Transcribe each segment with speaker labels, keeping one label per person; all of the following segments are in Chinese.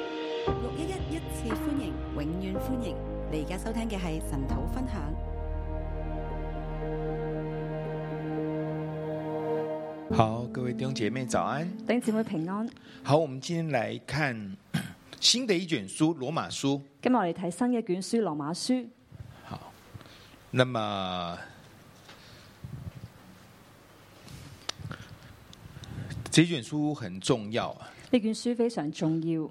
Speaker 1: 六一一一次歡迎，永遠歡迎！你而家收聽嘅係神土分享。
Speaker 2: 好，各位弟兄姐妹早安。
Speaker 3: 弟兄姊妹平安，
Speaker 2: 好，我们今天来看 新的一卷书《罗马书》。
Speaker 3: 今日我哋睇新嘅卷書《羅馬書》，
Speaker 2: 好，那么这卷书很重要啊
Speaker 3: 呢卷書非常重要，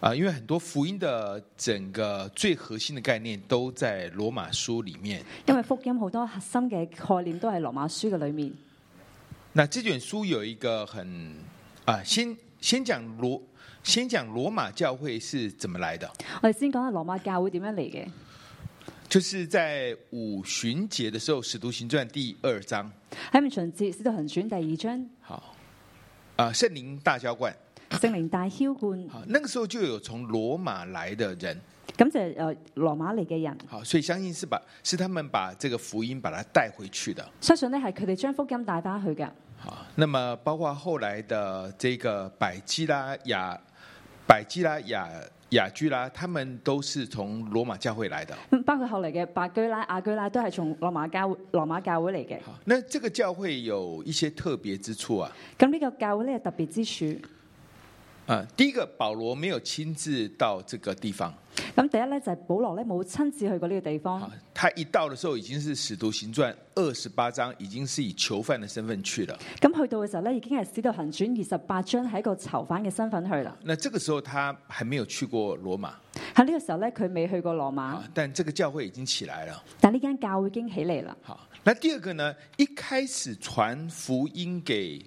Speaker 2: 啊，因为很多福音的整个最核心的概念都在《罗马书》里面。
Speaker 3: 因為福音好多核心嘅概念都係《羅馬書》嘅裏面。
Speaker 2: 那这卷书有一个很啊，先先讲罗，先讲罗马教会是怎么来的。
Speaker 3: 我哋先講下羅馬教會點樣嚟嘅，
Speaker 2: 就是在五旬节的时候，《使徒行传》第二章，
Speaker 3: 喺五旬節《使徒行傳》第二章，
Speaker 2: 好，啊，圣灵大浇灌，
Speaker 3: 聖靈大轎灌，
Speaker 2: 好，那个时候就有从罗马来的人，
Speaker 3: 咁就係誒羅馬嚟嘅人，
Speaker 2: 好，所以相信是把是他们把这个福音把它带回去的，
Speaker 3: 相信呢係佢哋將福音帶翻去嘅。
Speaker 2: 好，那么包括后来的这个百基拉雅、百基拉雅雅居拉，他们都是从罗马教会来的。
Speaker 3: 咁包括後嚟嘅白居拉、亞居拉都係從羅馬教羅馬教會嚟嘅。
Speaker 2: 好，那这个教会有一些特别之处啊，
Speaker 3: 咁呢個教會呢，有特別之處，
Speaker 2: 啊，第一个保罗没有亲自到这个地方。
Speaker 3: 咁第一呢，就係保羅呢冇親自去過呢個地方
Speaker 2: 好。，啊他一到的时候已经是《使徒行传》二十八章，已经是以囚犯的身份去了。
Speaker 3: 咁去到嘅時候咧，已經係《使徒行傳》二十八章係一個囚犯嘅身份去啦。
Speaker 2: 那这个时候他还没有去过罗马
Speaker 3: 喺呢個時候咧，佢未去過羅馬，
Speaker 2: 啊，但这个教会已经起来了。
Speaker 3: 但呢間教會已經起嚟啦。
Speaker 2: 好，那第二个呢？一开始传福音给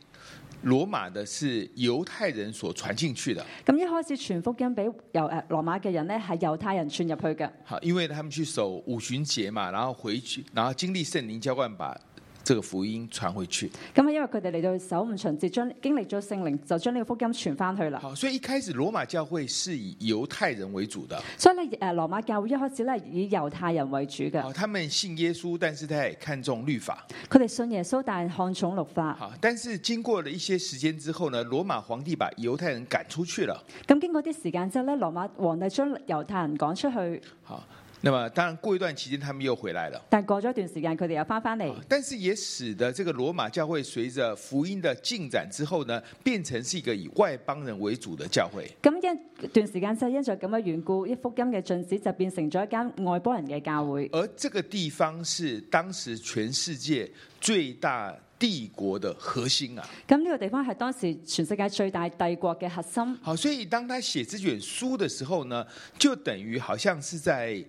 Speaker 2: 罗马的是犹太人所传进去的，
Speaker 3: 咁一開始傳福音俾猶誒羅馬嘅人咧，係猶太人傳入去嘅，
Speaker 2: 好，因为他们去守五旬节嘛，然后回去，然后经历圣灵浇灌，把这个福音传回去。
Speaker 3: 咁係因為佢哋嚟到首五旬節，將經歷咗聖靈，就將呢個福音傳翻去啦。
Speaker 2: 好，所以一开始罗马教会是以犹太人为主的。
Speaker 3: 所以咧，誒羅馬教會一開始咧以猶太人為主嘅，
Speaker 2: 好，他们信耶稣，但是他也看重律法。
Speaker 3: 佢哋信耶穌，但係看重律法。
Speaker 2: 好，但是经过了一些时间之后呢，罗马皇帝把犹太人赶出去了。
Speaker 3: 咁經過啲時間之後咧，羅馬皇帝將猶太人趕出去，
Speaker 2: 好，那么當然過一段期間，他們又回來了。
Speaker 3: 但過咗一段時間，佢哋又翻翻嚟。
Speaker 2: 但是也使得这个罗马教会随着福音的进展之后呢，变成是一个以外邦人為主的教会。
Speaker 3: 咁一段時間之後，因着咁嘅緣故，一福音嘅進展就變成咗一間外邦人嘅教會。
Speaker 2: 而这个地方是當時全世界最大帝國的核心啊。
Speaker 3: 咁呢個地方係當時全世界最大帝國嘅核心。
Speaker 2: 好，所以當他寫這卷書的時候呢，就等於好像是在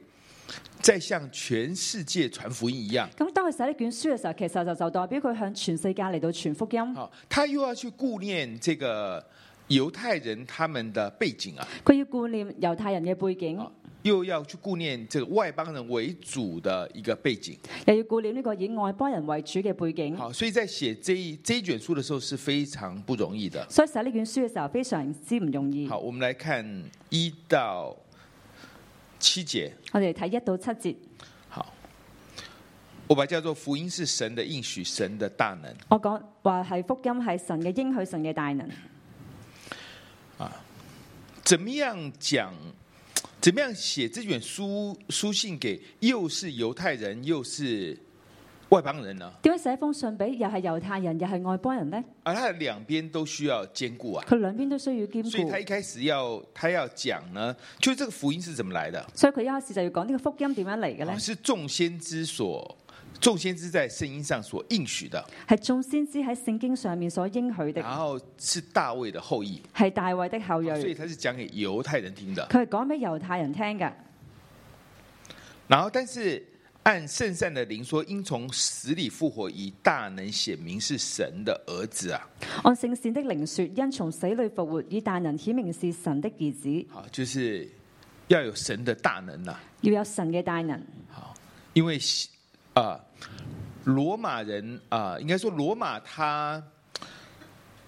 Speaker 2: 在向全世界傳福音一樣。
Speaker 3: 咁當佢寫呢卷書嘅時候，其實就就代表佢向全世界嚟到傳福音。
Speaker 2: 好，他又要去顾念这个犹太人他们的背景啊，
Speaker 3: 佢要顧念猶太人嘅背景，
Speaker 2: 好又要去顾念这个外邦人为主的一个背景。
Speaker 3: 又要顧念呢個以外邦人為主嘅背景。
Speaker 2: 好，所以在写这一这一卷书的时候是非常不容易的。
Speaker 3: 所以寫呢卷書嘅時候非常之唔容易。
Speaker 2: 好，我们来看一到七节，
Speaker 3: 我哋睇一到七節，
Speaker 2: 好，我把它叫做福音是神的应许，神的大能。
Speaker 3: 我講話係福音係神嘅應許，神嘅大能。
Speaker 2: 怎么样讲？怎么样写这卷书书信给又是犹太人又是外邦人呢？
Speaker 3: 點解寫封信俾又係猶太人又係外邦人呢？
Speaker 2: 而它的兩邊都需要兼顧啊。
Speaker 3: 佢兩邊都需要兼
Speaker 2: 所以他
Speaker 3: 顧
Speaker 2: 一。開始要他要講呢，就這個福音是怎麼來的，哦
Speaker 3: 所以佢一開始就要講呢個福音點樣嚟嘅呢？
Speaker 2: 是眾先知所眾先知在聖經上所應許的，
Speaker 3: 係眾先知喺聖經上面所應許的，
Speaker 2: 然後是大衛的後裔，
Speaker 3: 係大衛的後裔。
Speaker 2: 啊哦所以他是講給猶太人聽的。
Speaker 3: 佢係講俾猶太人聽嘅。
Speaker 2: 然後，但是按聖善的靈說，應從死裡復活，以大能顯明是神的兒子啊。
Speaker 3: 按聖善的靈說，因從死裏復活，以大能顯明是神的兒子，
Speaker 2: 好，哦就是要有神的大能啊。
Speaker 3: 要有神嘅大能。
Speaker 2: 好，因为西啊，罗马人啊、应该说罗马他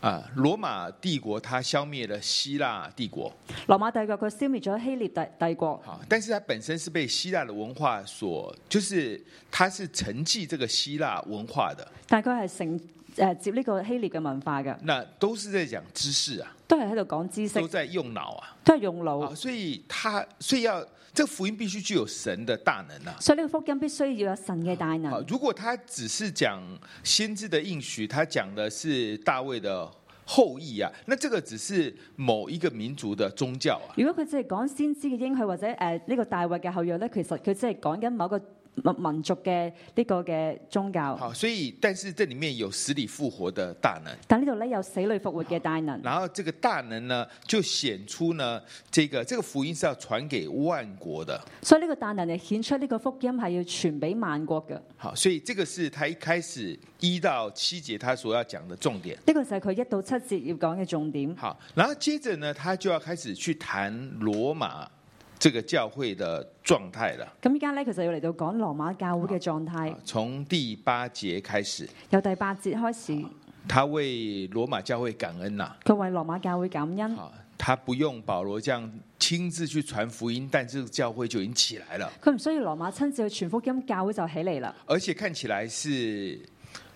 Speaker 2: 啊、罗马帝国它消灭了希腊帝国，
Speaker 3: 羅馬帝國佢消滅咗希臘帝帝國，
Speaker 2: 好，但是它本身是被希腊的文化所，就是它是承继这个希腊文化的，
Speaker 3: 但係佢係承誒接呢個希臘嘅文化嘅，
Speaker 2: 那都是在讲知识啊，
Speaker 3: 都係喺度講知識
Speaker 2: 都，在用脑啊，
Speaker 3: 都係用腦
Speaker 2: 啊，。所以他所以要这福音必须具有神的大能啊。
Speaker 3: 所以呢個福音必須要有神嘅大
Speaker 2: 好
Speaker 3: 能，。
Speaker 2: 如果他只是讲先知的应许，他讲的是大卫的后裔啊，那这个只是某一个民族的宗教啊。
Speaker 3: 如果佢只係講先知嘅應許或者誒呢個大衛嘅後裔咧，其實佢只係講緊某個民民族嘅呢個嘅宗教。
Speaker 2: 好，所以但是这里面有死里复活的大能，
Speaker 3: 但呢度咧有死裏復活嘅大能，
Speaker 2: 然后这个大能呢，就显出呢，这个这个福音是要传给万国的。
Speaker 3: 所以呢個大能就顯出呢個福音係要傳俾萬國嘅。呢、
Speaker 2: 好，所以这个是他一开始一到七节他所要讲的重点。
Speaker 3: 個就係佢一到七節要講嘅重點。
Speaker 2: 好，然后接着呢，他就要开始去谈罗马这个教会的状态了。
Speaker 3: 咁依家咧，佢就要嚟到講羅馬教會嘅狀態
Speaker 2: 啊，从第八节开始，
Speaker 3: 由第八節開始，
Speaker 2: 他为羅馬教會感恩呐、
Speaker 3: 佢為羅馬教會感恩。
Speaker 2: 好，他不用保羅这样亲自去传福音，但这个教會就已经起来了，
Speaker 3: 佢唔需要羅馬親自去傳福音，教會就起嚟啦。
Speaker 2: 而且看起来是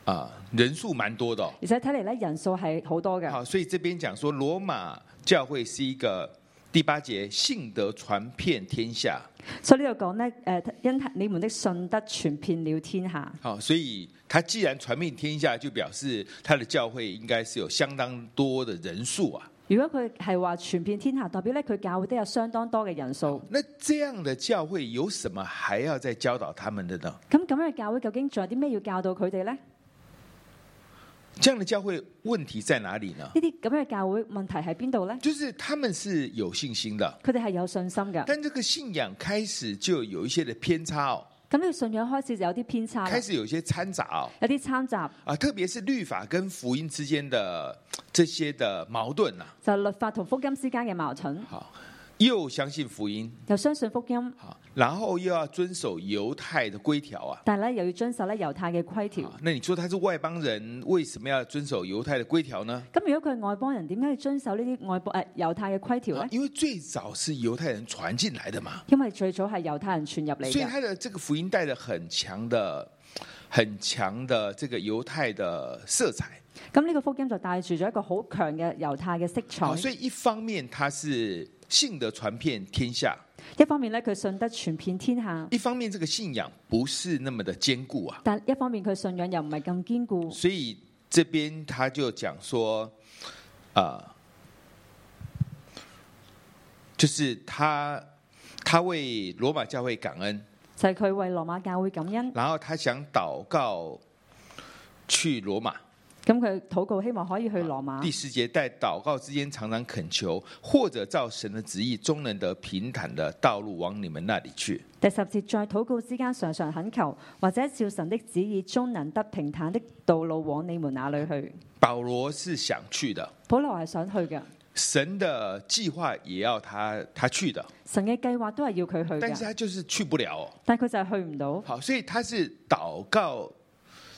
Speaker 2: 啊、人数蛮多的哦、
Speaker 3: 而且睇嚟咧，人數係好多嘅。
Speaker 2: 好，所以这边讲说羅馬教會是一个第八节信德传遍天下。
Speaker 3: 所以呢度講咧，诶、因你們的信德傳遍了天下。
Speaker 2: 好，啊所以他既然传遍天下，就表示他的教會应该是有相当多的人数啊。
Speaker 3: 如果佢係話傳遍天下，代表咧佢教會都有相當多嘅人數。
Speaker 2: 那这样的教會有什么还要再教导他们的呢？
Speaker 3: 咁咁樣嘅教會究竟仲有啲咩要教導佢哋咧？呢
Speaker 2: 这样的教会问题在哪里呢？
Speaker 3: 啲咁樣嘅教會問題喺邊度咧？
Speaker 2: 就是他们是有信心的，
Speaker 3: 佢哋係有信心嘅。
Speaker 2: 但这个信仰开始就有一些的偏差哦，
Speaker 3: 咁呢個信仰開始就有啲偏差啦
Speaker 2: 开，始有一些掺杂哦，
Speaker 3: 有啲參雜，
Speaker 2: 啊，特别是律法跟福音之间的这些的矛盾呐、
Speaker 3: 就係律法同福音之間嘅矛盾，
Speaker 2: 好，又相信福音，
Speaker 3: 又相信福音，
Speaker 2: 好，然后又要遵守犹太的规条啊。
Speaker 3: 但係咧又要遵守咧猶太嘅規條。
Speaker 2: 啊那你说他是外邦人，为什么要遵守犹太的规条呢？
Speaker 3: 咁如果佢係外邦人，點解要遵守呢啲外邦诶犹太嘅規條
Speaker 2: 啊
Speaker 3: 咧？
Speaker 2: 因为最早是犹太人传进来的嘛。
Speaker 3: 因為最早係猶太人傳入嚟
Speaker 2: 所以
Speaker 3: 嘅。
Speaker 2: 他的这个福音带着很强的、很强的这个犹太的色彩。
Speaker 3: 咁呢個福音就帶住咗一個好強嘅猶太嘅色
Speaker 2: 好，啊所
Speaker 3: 彩。
Speaker 2: 以一方面他是信德传遍天下，
Speaker 3: 一方面咧，佢信德傳遍天下；
Speaker 2: 一方面这个信仰不是那么的坚固啊。
Speaker 3: 但一方面佢信仰又唔係咁堅固。
Speaker 2: 所以这边他就讲说，啊、就是他他为罗马教会感恩，
Speaker 3: 就係佢為羅馬教會感恩，
Speaker 2: 然后他想祷告去罗马。
Speaker 3: 咁佢禱告希望可以去羅馬。
Speaker 2: 第十节，在祷告之间常常恳求，或者照神的旨意，终能得平坦的道路往你们那里去。
Speaker 3: 第十節，在禱告之間常常懇求，或者照神的旨意，終能得平坦的道路往你們那裏去。
Speaker 2: 保罗是想去的，
Speaker 3: 保羅係想去嘅，
Speaker 2: 神的计划也要他他去的，
Speaker 3: 神嘅計劃都係要佢去
Speaker 2: 但是
Speaker 3: 嘅，
Speaker 2: 他就是去不了哦、
Speaker 3: 但佢就係去唔到，
Speaker 2: 好，所以他是祷告，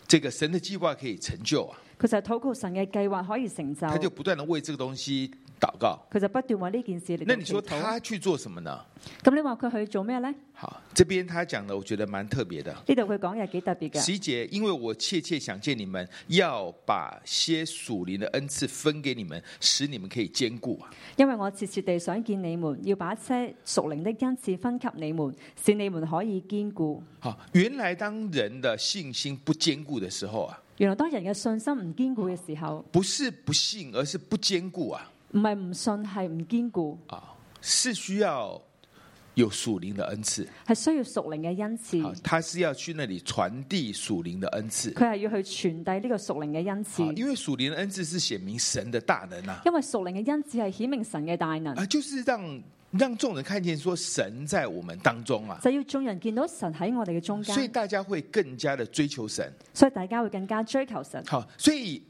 Speaker 2: 这个神的计划可以成就啊，
Speaker 3: 佢就係禱告神嘅計劃可以成就，
Speaker 2: 他就
Speaker 3: 佢
Speaker 2: 不断的为这个东西祷告。
Speaker 3: 就不斷為呢件事嚟
Speaker 2: 那
Speaker 3: 到
Speaker 2: 你
Speaker 3: 祈
Speaker 2: 说
Speaker 3: 禱。
Speaker 2: 他去做什么呢？
Speaker 3: 咁你話佢去做咩呢？
Speaker 2: 好，这边他讲的我觉得蛮特别的。
Speaker 3: 呢度佢講嘢幾特別嘅。
Speaker 2: 十一节，因为我切切想见你们，要把些属灵的恩赐分给你们，使你们可以兼顾啊。
Speaker 3: 因為我切切地想見你們，要把一些屬靈的恩賜分給你們，使你們可以堅固。
Speaker 2: 好，原来当人的信心不坚固的时候啊，
Speaker 3: 原來當人嘅信心唔堅固嘅時候，
Speaker 2: 不是不信，而是不坚固啊
Speaker 3: 唔係唔信，係唔堅固，
Speaker 2: 啊，是需要有属灵的恩赐。
Speaker 3: 係需要屬靈嘅恩
Speaker 2: 好
Speaker 3: 賜。，
Speaker 2: 他是要去那里传递属灵的恩赐。
Speaker 3: 佢係要去傳遞呢個屬靈嘅恩
Speaker 2: 好，
Speaker 3: 賜，
Speaker 2: 因为属靈的恩赐是顯明神的大能啊，
Speaker 3: 因為屬靈嘅恩賜係顯明神嘅大能，
Speaker 2: 啊，就是讓让众人看見說神在我们当中啊，
Speaker 3: 就要眾人見到神喺我哋嘅中
Speaker 2: 所以
Speaker 3: 間，
Speaker 2: 大家會更加的追求神。
Speaker 3: 所以大家會更加追求神。
Speaker 2: 好，所以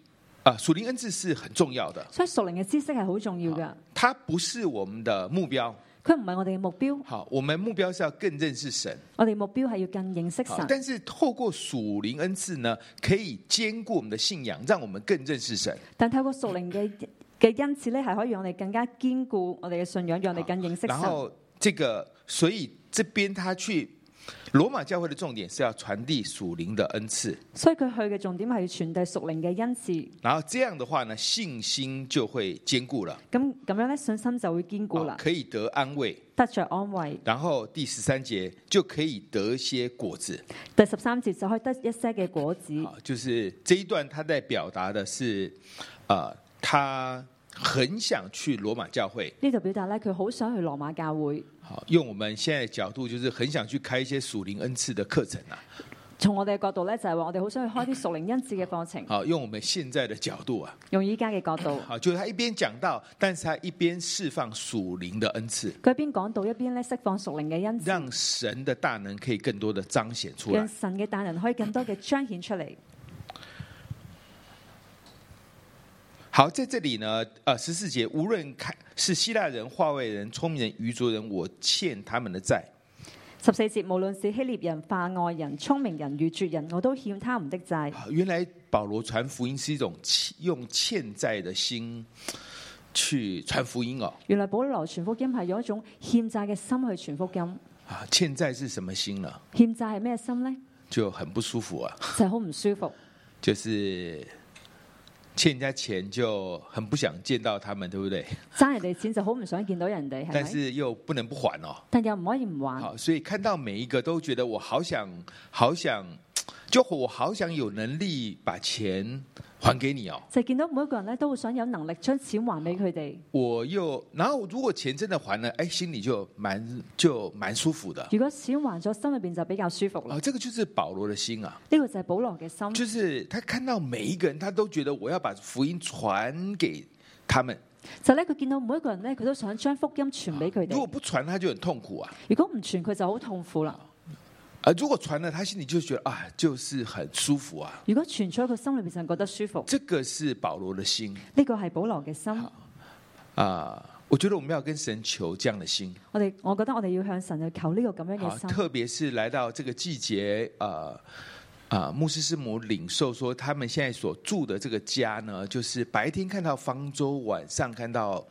Speaker 2: 啊，属灵恩赐是很重要的，
Speaker 3: 所以屬靈嘅知識係好重要嘅，
Speaker 2: 它不是我们的目标。
Speaker 3: 佢唔係我哋嘅目標，
Speaker 2: 好，我们目標是要更認識神。
Speaker 3: 我哋目標係要更認識
Speaker 2: 好，
Speaker 3: 神。
Speaker 2: 但是透過属灵恩赐呢，可以兼顾我們的信仰，讓我們更認識神。
Speaker 3: 但透過屬靈嘅嘅恩賜咧，係可以讓我哋更加堅固我哋嘅信仰，讓我哋更認識
Speaker 2: 啊然
Speaker 3: 神。
Speaker 2: 後这个，所以这邊他去罗马教会的重点是要传递属灵的恩赐，
Speaker 3: 所以佢去嘅重點係傳遞屬靈嘅恩賜，
Speaker 2: 然后这样的话呢，信心就会坚固了，
Speaker 3: 咁咁樣咧信心就會堅固啦
Speaker 2: 啊，可以得安慰。
Speaker 3: 得着安慰。
Speaker 2: 然后第十三节就可以得些果子，
Speaker 3: 第十三節就可以得一些嘅果子，
Speaker 2: 啊，就是这一段他在表达的是，呃，他很想去罗马教会，
Speaker 3: 呢度表達咧佢好想去羅馬教會。
Speaker 2: 好，用我们现在的角度就是很想去开一些属灵恩赐的课程啊，
Speaker 3: 從我哋嘅角度咧就係話我哋好想去開啲屬靈恩賜嘅 課程，
Speaker 2: 好，用我们现在的角度啊，
Speaker 3: 用依家嘅角度，
Speaker 2: 好，就是他一边讲到，但是他一边释放属灵的恩赐，
Speaker 3: 佢一邊講道一邊咧釋放屬靈嘅恩賜，
Speaker 2: 让神的大能可以更多的彰显出
Speaker 3: 讓
Speaker 2: 来。
Speaker 3: 神嘅大能可以更多嘅彰顯出嚟。
Speaker 2: 好，在这里呢，呃，十四节，无论看是希腊人、化外人、聪明人、愚拙人，我欠他们的债。
Speaker 3: 十四節，無論是希臘人、化外人、聰明人、愚拙人，我都欠他們的債。
Speaker 2: 啊原来保罗传福音是一种欠用欠债的心去传福音哦。
Speaker 3: 原來保羅傳福音係用一種欠債嘅心去傳福音。
Speaker 2: 啊，欠债是什么心呢？
Speaker 3: 欠債係咩心呢？
Speaker 2: 就很不舒服啊，
Speaker 3: 就係好唔 舒服，
Speaker 2: 就是欠人家钱就很不想见到他们，对不对？
Speaker 3: 爭人哋錢就好唔想見到人哋，
Speaker 2: 但
Speaker 3: 係咪？
Speaker 2: 是又不能不还哦。
Speaker 3: 但又唔可以唔還，
Speaker 2: 好，所以看到每一个都觉得我好想，好想，就我好想有能力把钱还给你哦。
Speaker 3: 就見到每一個人咧都好想有能力將錢還俾佢哋。
Speaker 2: 我又，然后如果钱真的还了，哎，心里就蛮就蛮舒服的。
Speaker 3: 如果錢還咗，心裏边就比較舒服啦。
Speaker 2: 哦，这个就是保罗的心啊，
Speaker 3: 呢個就係保羅嘅心，
Speaker 2: 就是他看到每一个人，他都觉得我要把福音传给他们。
Speaker 3: 就咧佢見到每一個人咧，佢都想將福音傳俾佢
Speaker 2: 如果
Speaker 3: 哋。
Speaker 2: 不传，他就很痛苦啊。
Speaker 3: 如果唔傳，佢就好痛苦啦。
Speaker 2: 啊，如果传了，他心里就觉得啊，就是很舒服啊。
Speaker 3: 如果傳咗，佢心裏边就覺得舒服。
Speaker 2: 这个是保罗的心
Speaker 3: 呢個係保羅嘅心。
Speaker 2: 啊。我觉得我们要跟神求这样的心。
Speaker 3: 我哋我覺得我哋要向神去求呢個咁樣
Speaker 2: 好，
Speaker 3: 嘅心。
Speaker 2: 特别是来到这个季节，呃。啊，牧师师母领受说，他们现在所住的这个家呢，就是白天看到方舟，晚上看到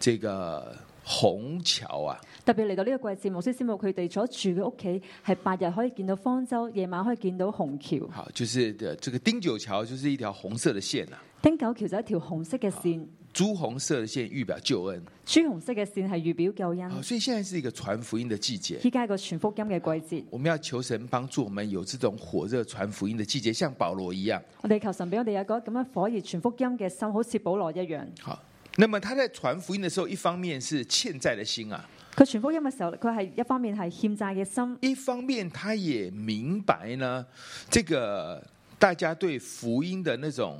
Speaker 2: 这个虹桥啊。
Speaker 3: 特別嚟到呢個季節，牧師師母佢哋所住嘅屋企係白日可以見到方舟，夜晚可以見到紅橋。
Speaker 2: 好，就是的，这个丁九桥就是一條紅色的線啊，
Speaker 3: 丁九橋就一條紅色嘅線，
Speaker 2: 朱紅色的線預表救恩。
Speaker 3: 朱紅色嘅線係預表救
Speaker 2: 好，
Speaker 3: 恩。
Speaker 2: 所以現在是一個傳福音的季節，
Speaker 3: 依家係個全福音嘅季節，
Speaker 2: 我們要求神幫助我們有這種火熱傳福音的季節，像保羅一樣。
Speaker 3: 我哋求神俾我哋有一個咁樣火熱全福音嘅心，好似保羅一樣。
Speaker 2: 好，那麼他在傳福音的時候，一方面是欠債的心啊，
Speaker 3: 佢全福音嘅時候，佢係一方面係欠債嘅心，
Speaker 2: 一方面他也明白呢，這個大家對福音的那種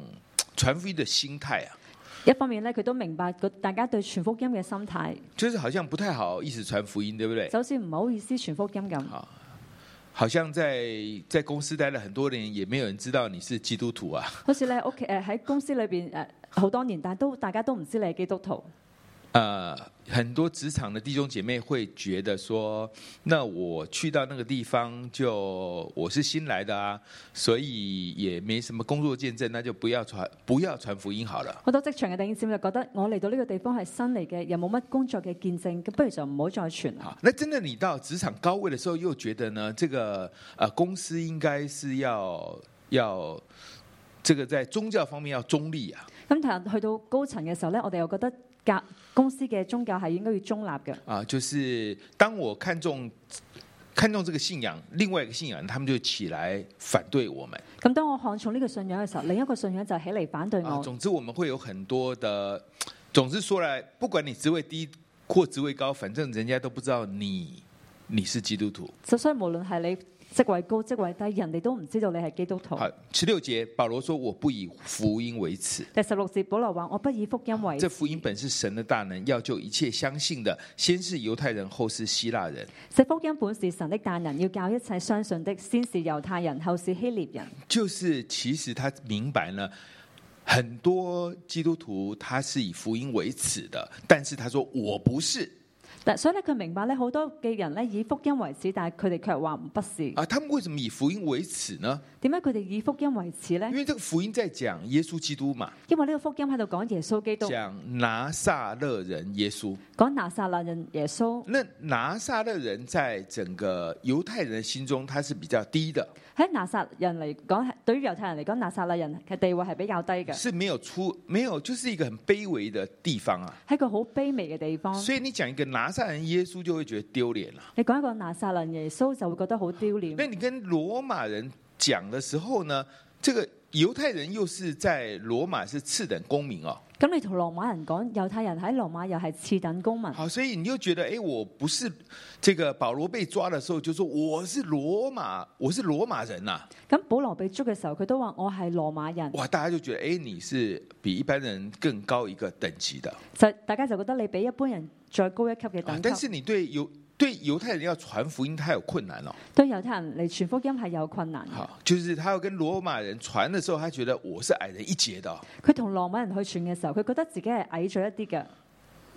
Speaker 2: 傳福音的心態啊，
Speaker 3: 一方面咧佢都明白個大家對全福音嘅心態，
Speaker 2: 就是好像不太好意思傳福音，對不對？
Speaker 3: 就好似唔好意思全福音咁。
Speaker 2: 好，好像在在公司待了很多年，也没有人知道你是基督徒啊。
Speaker 3: 好似你喺屋企誒喺公司裏邊誒好多年，但都大家都唔知你係基督徒。
Speaker 2: 呃，很多职场的弟兄姐妹会觉得说，那我去到那个地方就我是新来的啊，所以也没什么工作见证，那就不要传不要传福音好了。
Speaker 3: 好多職場嘅弟兄姊妹就覺得我嚟到呢個地方係新嚟嘅，又冇乜工作嘅見證，咁不如就唔好再傳啦。
Speaker 2: 好，那真的你到职场高位的时候，又觉得呢，这个呃公司应该是要要这个在宗教方面要中立啊。
Speaker 3: 咁但係去到高層嘅時候咧，我哋又覺得教公司嘅宗教係應該要中立嘅。
Speaker 2: 啊，就是当我看中看中这个信仰，另外一个信仰，他们就起来反对我们
Speaker 3: 咁當我看重呢個信仰嘅時候，另一個信仰就起嚟反對
Speaker 2: 啊。
Speaker 3: 我。
Speaker 2: 总之，我们会有很多的，总之说来，不管你职位低或职位高，反正人家都不知道你你是基督徒。
Speaker 3: 就所以無論係你職位高職位低，人哋都唔知道你係基督徒。
Speaker 2: 好，十六节，保罗说：“我不以福音为耻。”
Speaker 3: 第十六節，保羅話：我不以福音為
Speaker 2: 这福音本是神的大能，要救一切相信的，先是犹太人，后是希腊人。
Speaker 3: 這福音本是神的大能，要教一切相信的，先是猶太人，後是希臘人。
Speaker 2: 就是其实他明白呢，很多基督徒他是以福音为耻的，但是他说我不是，
Speaker 3: 但所以咧，佢明白咧，好多嘅人咧以福音為恥，但係佢哋卻話唔不是。
Speaker 2: 啊，他们为什么以福音为耻呢？
Speaker 3: 點解佢哋以福音為恥
Speaker 2: 因
Speaker 3: 咧？
Speaker 2: 为这个福音在讲耶稣基督嘛，
Speaker 3: 因為呢個福音喺度講耶穌基督，
Speaker 2: 讲拿撒勒人耶稣。
Speaker 3: 講拿撒勒人耶穌。
Speaker 2: 那拿撒勒人在整个犹太人的心中，他是比较低的，
Speaker 3: 喺拿撒勒人嚟講，係對於猶太人嚟講，拿撒勒人嘅地位係比較低嘅，
Speaker 2: 是没有出没有，就是一个很卑微的地方啊。
Speaker 3: 係一個好卑微嘅地方。
Speaker 2: 所以你讲一个拿撒勒人耶稣，就会觉得丢脸了。
Speaker 3: 你講一個拿撒勒人耶穌就會覺得好丟
Speaker 2: 那
Speaker 3: 臉。
Speaker 2: 你跟罗马人讲的时候呢，这个犹太人又是在罗马是次等公民哦，
Speaker 3: 咁你同羅馬人講，猶太人喺羅馬又係次等公民。
Speaker 2: 好，所以你就觉得，哎，我不是这个保罗被抓的时候就说我是罗马，我是罗马人呐、
Speaker 3: 咁保羅被捉嘅時候，佢都話我係羅馬人，
Speaker 2: 哇，大家就觉得，哎，你是比一般人更高一个等级的
Speaker 3: 就大家就覺得你比一般人再高一級嘅
Speaker 2: 啊
Speaker 3: 等。
Speaker 2: 但
Speaker 3: 級。
Speaker 2: 是你对犹对犹太人要传福音，他有困难哦。
Speaker 3: 對猶太人嚟傳福音係有困難嘅。
Speaker 2: 好，就是他要跟罗马人传的时候，他觉得我是矮人一截的哦、
Speaker 3: 佢同羅馬人去傳嘅時候，佢覺得自己係矮咗一啲嘅。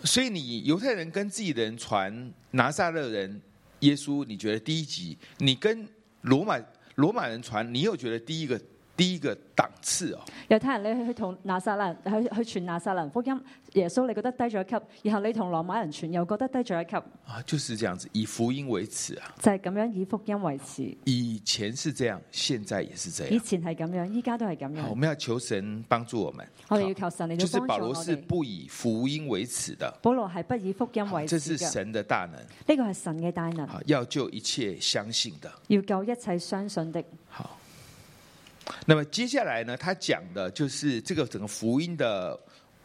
Speaker 2: 所以你犹太人跟自己的人传拿撒勒人耶稣，你觉得第一级；你跟罗马罗马人传，你又觉得第一个第一个档次哦。
Speaker 3: 猶太人你去同拿撒勒人去去傳拿撒勒人福音，耶穌你覺得低咗一級，然後你同羅馬人傳又覺得低咗一級，
Speaker 2: 啊，就是這樣子，以福音為耻啊！
Speaker 3: 就係、咁樣以福音為恥。
Speaker 2: 以前是這樣，現在也是這
Speaker 3: 以
Speaker 2: 樣。
Speaker 3: 前係咁樣，依家都係咁
Speaker 2: 好，我
Speaker 3: 樣。
Speaker 2: 們要求神幫助我們。
Speaker 3: 我哋要求神嚟
Speaker 2: 就是
Speaker 3: 到
Speaker 2: 保
Speaker 3: 幫助
Speaker 2: 羅
Speaker 3: 我
Speaker 2: 是
Speaker 3: 哋。
Speaker 2: 不以福音為耻的，
Speaker 3: 保羅係不以福音為
Speaker 2: 這
Speaker 3: 恥
Speaker 2: 是
Speaker 3: 嘅，
Speaker 2: 神的大能
Speaker 3: 呢個係神嘅大能，
Speaker 2: 啊，要救一切相信的。
Speaker 3: 要救一切相信的。
Speaker 2: 好，那么接下來呢，他講的就是這個整個福音的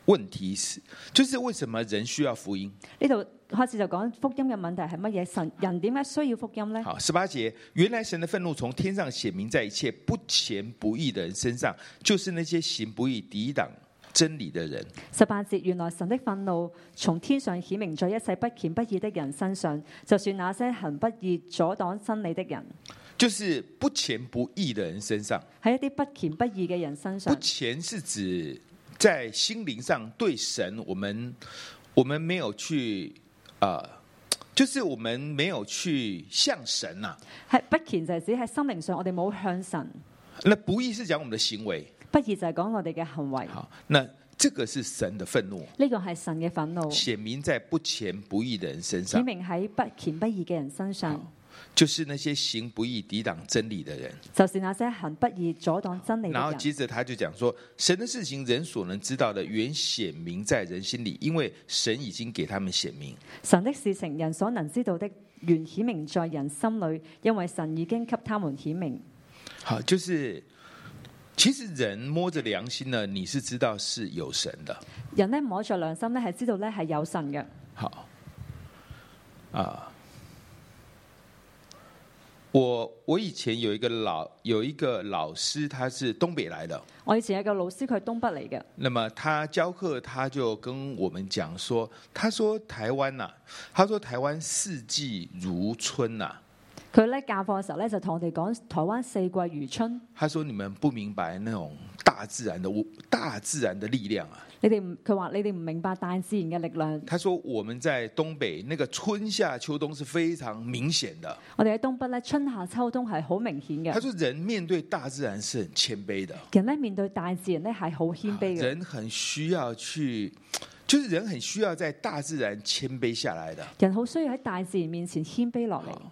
Speaker 2: 問題是，就是為什麼人需要福音？
Speaker 3: 呢度開始就講福音嘅問題係乜嘢？神人點解需要福音呢？
Speaker 2: 好，十八节，原来神的愤怒从天上显明在一切不虔不义的人身上，就是那些行不义、抵挡真理的人。
Speaker 3: 十八節，原來神的憤怒從天上顯明在一切不虔不義的人身上，就算那些行不義阻擋真理的人，
Speaker 2: 就是不虔不义的人身上，
Speaker 3: 喺一啲不虔不義嘅人身
Speaker 2: 不
Speaker 3: 上。
Speaker 2: 虔是指在心灵上对神，我们我们没有去啊、呃就是我们没有去向神呐、啊
Speaker 3: 係不虔就係指喺心靈上，我哋冇向神。
Speaker 2: 那不义是讲我们的行为，
Speaker 3: 不義就係講我哋嘅行為。
Speaker 2: 好，那这个是神的愤怒，
Speaker 3: 呢個係神嘅憤怒，
Speaker 2: 显明在不虔不义的人身
Speaker 3: 顯
Speaker 2: 上，
Speaker 3: 明喺不虔不義嘅人身上，
Speaker 2: 就是那些行不义、抵挡真理的人。
Speaker 3: 就是那些行不義阻擋真理
Speaker 2: 然
Speaker 3: 的
Speaker 2: 后
Speaker 3: 人。
Speaker 2: 接着他就讲说，神的事情人所能知道的，原显明在人心里，因为神已经给他们显明。
Speaker 3: 神的事情，人所能知道的，原顯明在人心裏，因為神已經給他們顯明。
Speaker 2: 好，就是其实人摸着良心呢，你是知道是有神的。
Speaker 3: 人呢摸着良心呢，係知道呢係有神嘅。
Speaker 2: 好，啊，我我以前有一个老有一个老师，他是东北来的，
Speaker 3: 我以前有個老師，佢係東北嚟嘅。
Speaker 2: 那么他教课，他就跟我们讲说，他说台湾呐、他说台湾四季如春呐、
Speaker 3: 佢咧教課嘅時候咧，就同我哋講台灣四季如春。
Speaker 2: 他说你们不明白那种大自然的大自然的力量啊。
Speaker 3: 你哋唔，佢話你哋唔明白大自然嘅力量。
Speaker 2: 他说我们在东北那个春夏秋冬是非常明显的。
Speaker 3: 我哋喺東北咧，春夏秋冬係好明顯
Speaker 2: 他
Speaker 3: 嘅。
Speaker 2: 说人面对大自然是很谦卑的，
Speaker 3: 人咧面對大自然咧係好謙卑嘅。
Speaker 2: 啊人很需要去，就是人很需要在大自然谦卑下来的。
Speaker 3: 人好需要喺大自然面前謙卑落嚟。
Speaker 2: 啊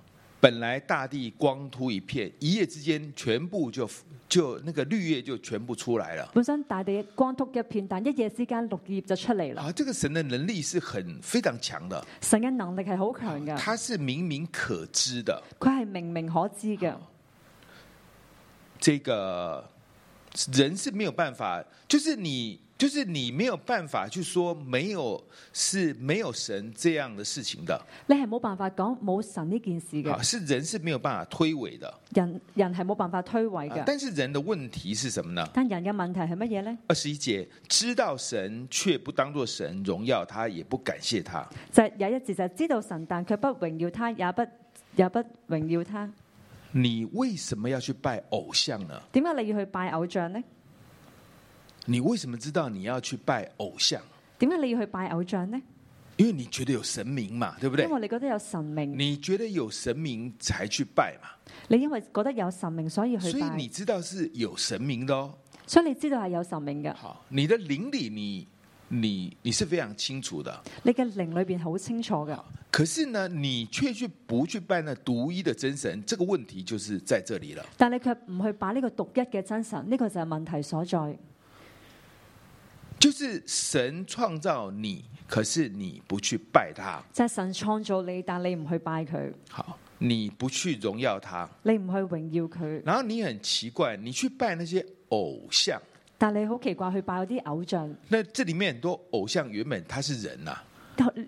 Speaker 2: 本来大地光秃一片，一夜之间全部就就那个绿叶就全部出来了。
Speaker 3: 本身大地光禿一片，但一夜之間綠葉就出嚟啦。
Speaker 2: 啊，这个神的能力是很非常强的，
Speaker 3: 神嘅能力係好強嘅，
Speaker 2: 他是明明可知的。
Speaker 3: 佢係明明可知嘅。
Speaker 2: 啊这个人是没有办法，就是你，就是你没有办法去说没有是没有神这样的事情的，
Speaker 3: 你係冇辦法講冇神呢件事
Speaker 2: 啊，
Speaker 3: 嘅，
Speaker 2: 是人是没有办法推诿的。
Speaker 3: 人人係冇辦法推諉
Speaker 2: 啊
Speaker 3: 嘅。
Speaker 2: 但是人的问题是什么呢？
Speaker 3: 但人嘅問題係乜嘢呢？
Speaker 2: 二十一节，知道神却不当作神榮耀他，也不感谢他。
Speaker 3: 就係有一字就係知道神，但卻不榮耀他，也不也不榮耀他。
Speaker 2: 你为什么要去拜偶像呢？
Speaker 3: 點解你要去拜偶像呢？
Speaker 2: 你为什么知道你要去拜偶像？
Speaker 3: 點解你要去拜偶像呢？
Speaker 2: 因为你觉得有神明嘛，对不对
Speaker 3: 因？為你覺得有神明，
Speaker 2: 你觉得有神明才去拜嘛，
Speaker 3: 你因為覺得有神明所以去
Speaker 2: 所以
Speaker 3: 拜
Speaker 2: 你，知道是有神明的哦。
Speaker 3: 所以你知道係有神明嘅，
Speaker 2: 好，你的灵里你你你是非常清楚的，
Speaker 3: 你嘅靈裏邊好清楚嘅。
Speaker 2: 可是呢，你却去不去拜那独一的真神，这个问题就是在这里了。
Speaker 3: 但你卻唔去擺呢個獨一嘅真神，呢、個就係問題所在。
Speaker 2: 就是神创造你，可是你不去拜他，
Speaker 3: 就係神創造你，但你唔去拜佢，
Speaker 2: 好，你不去荣耀他，
Speaker 3: 你唔去榮耀佢，
Speaker 2: 然后你很奇怪，你去拜那些偶像。
Speaker 3: 但你好奇怪去拜嗰啲偶像，
Speaker 2: 那这里面很多偶像原本他是人呐、啊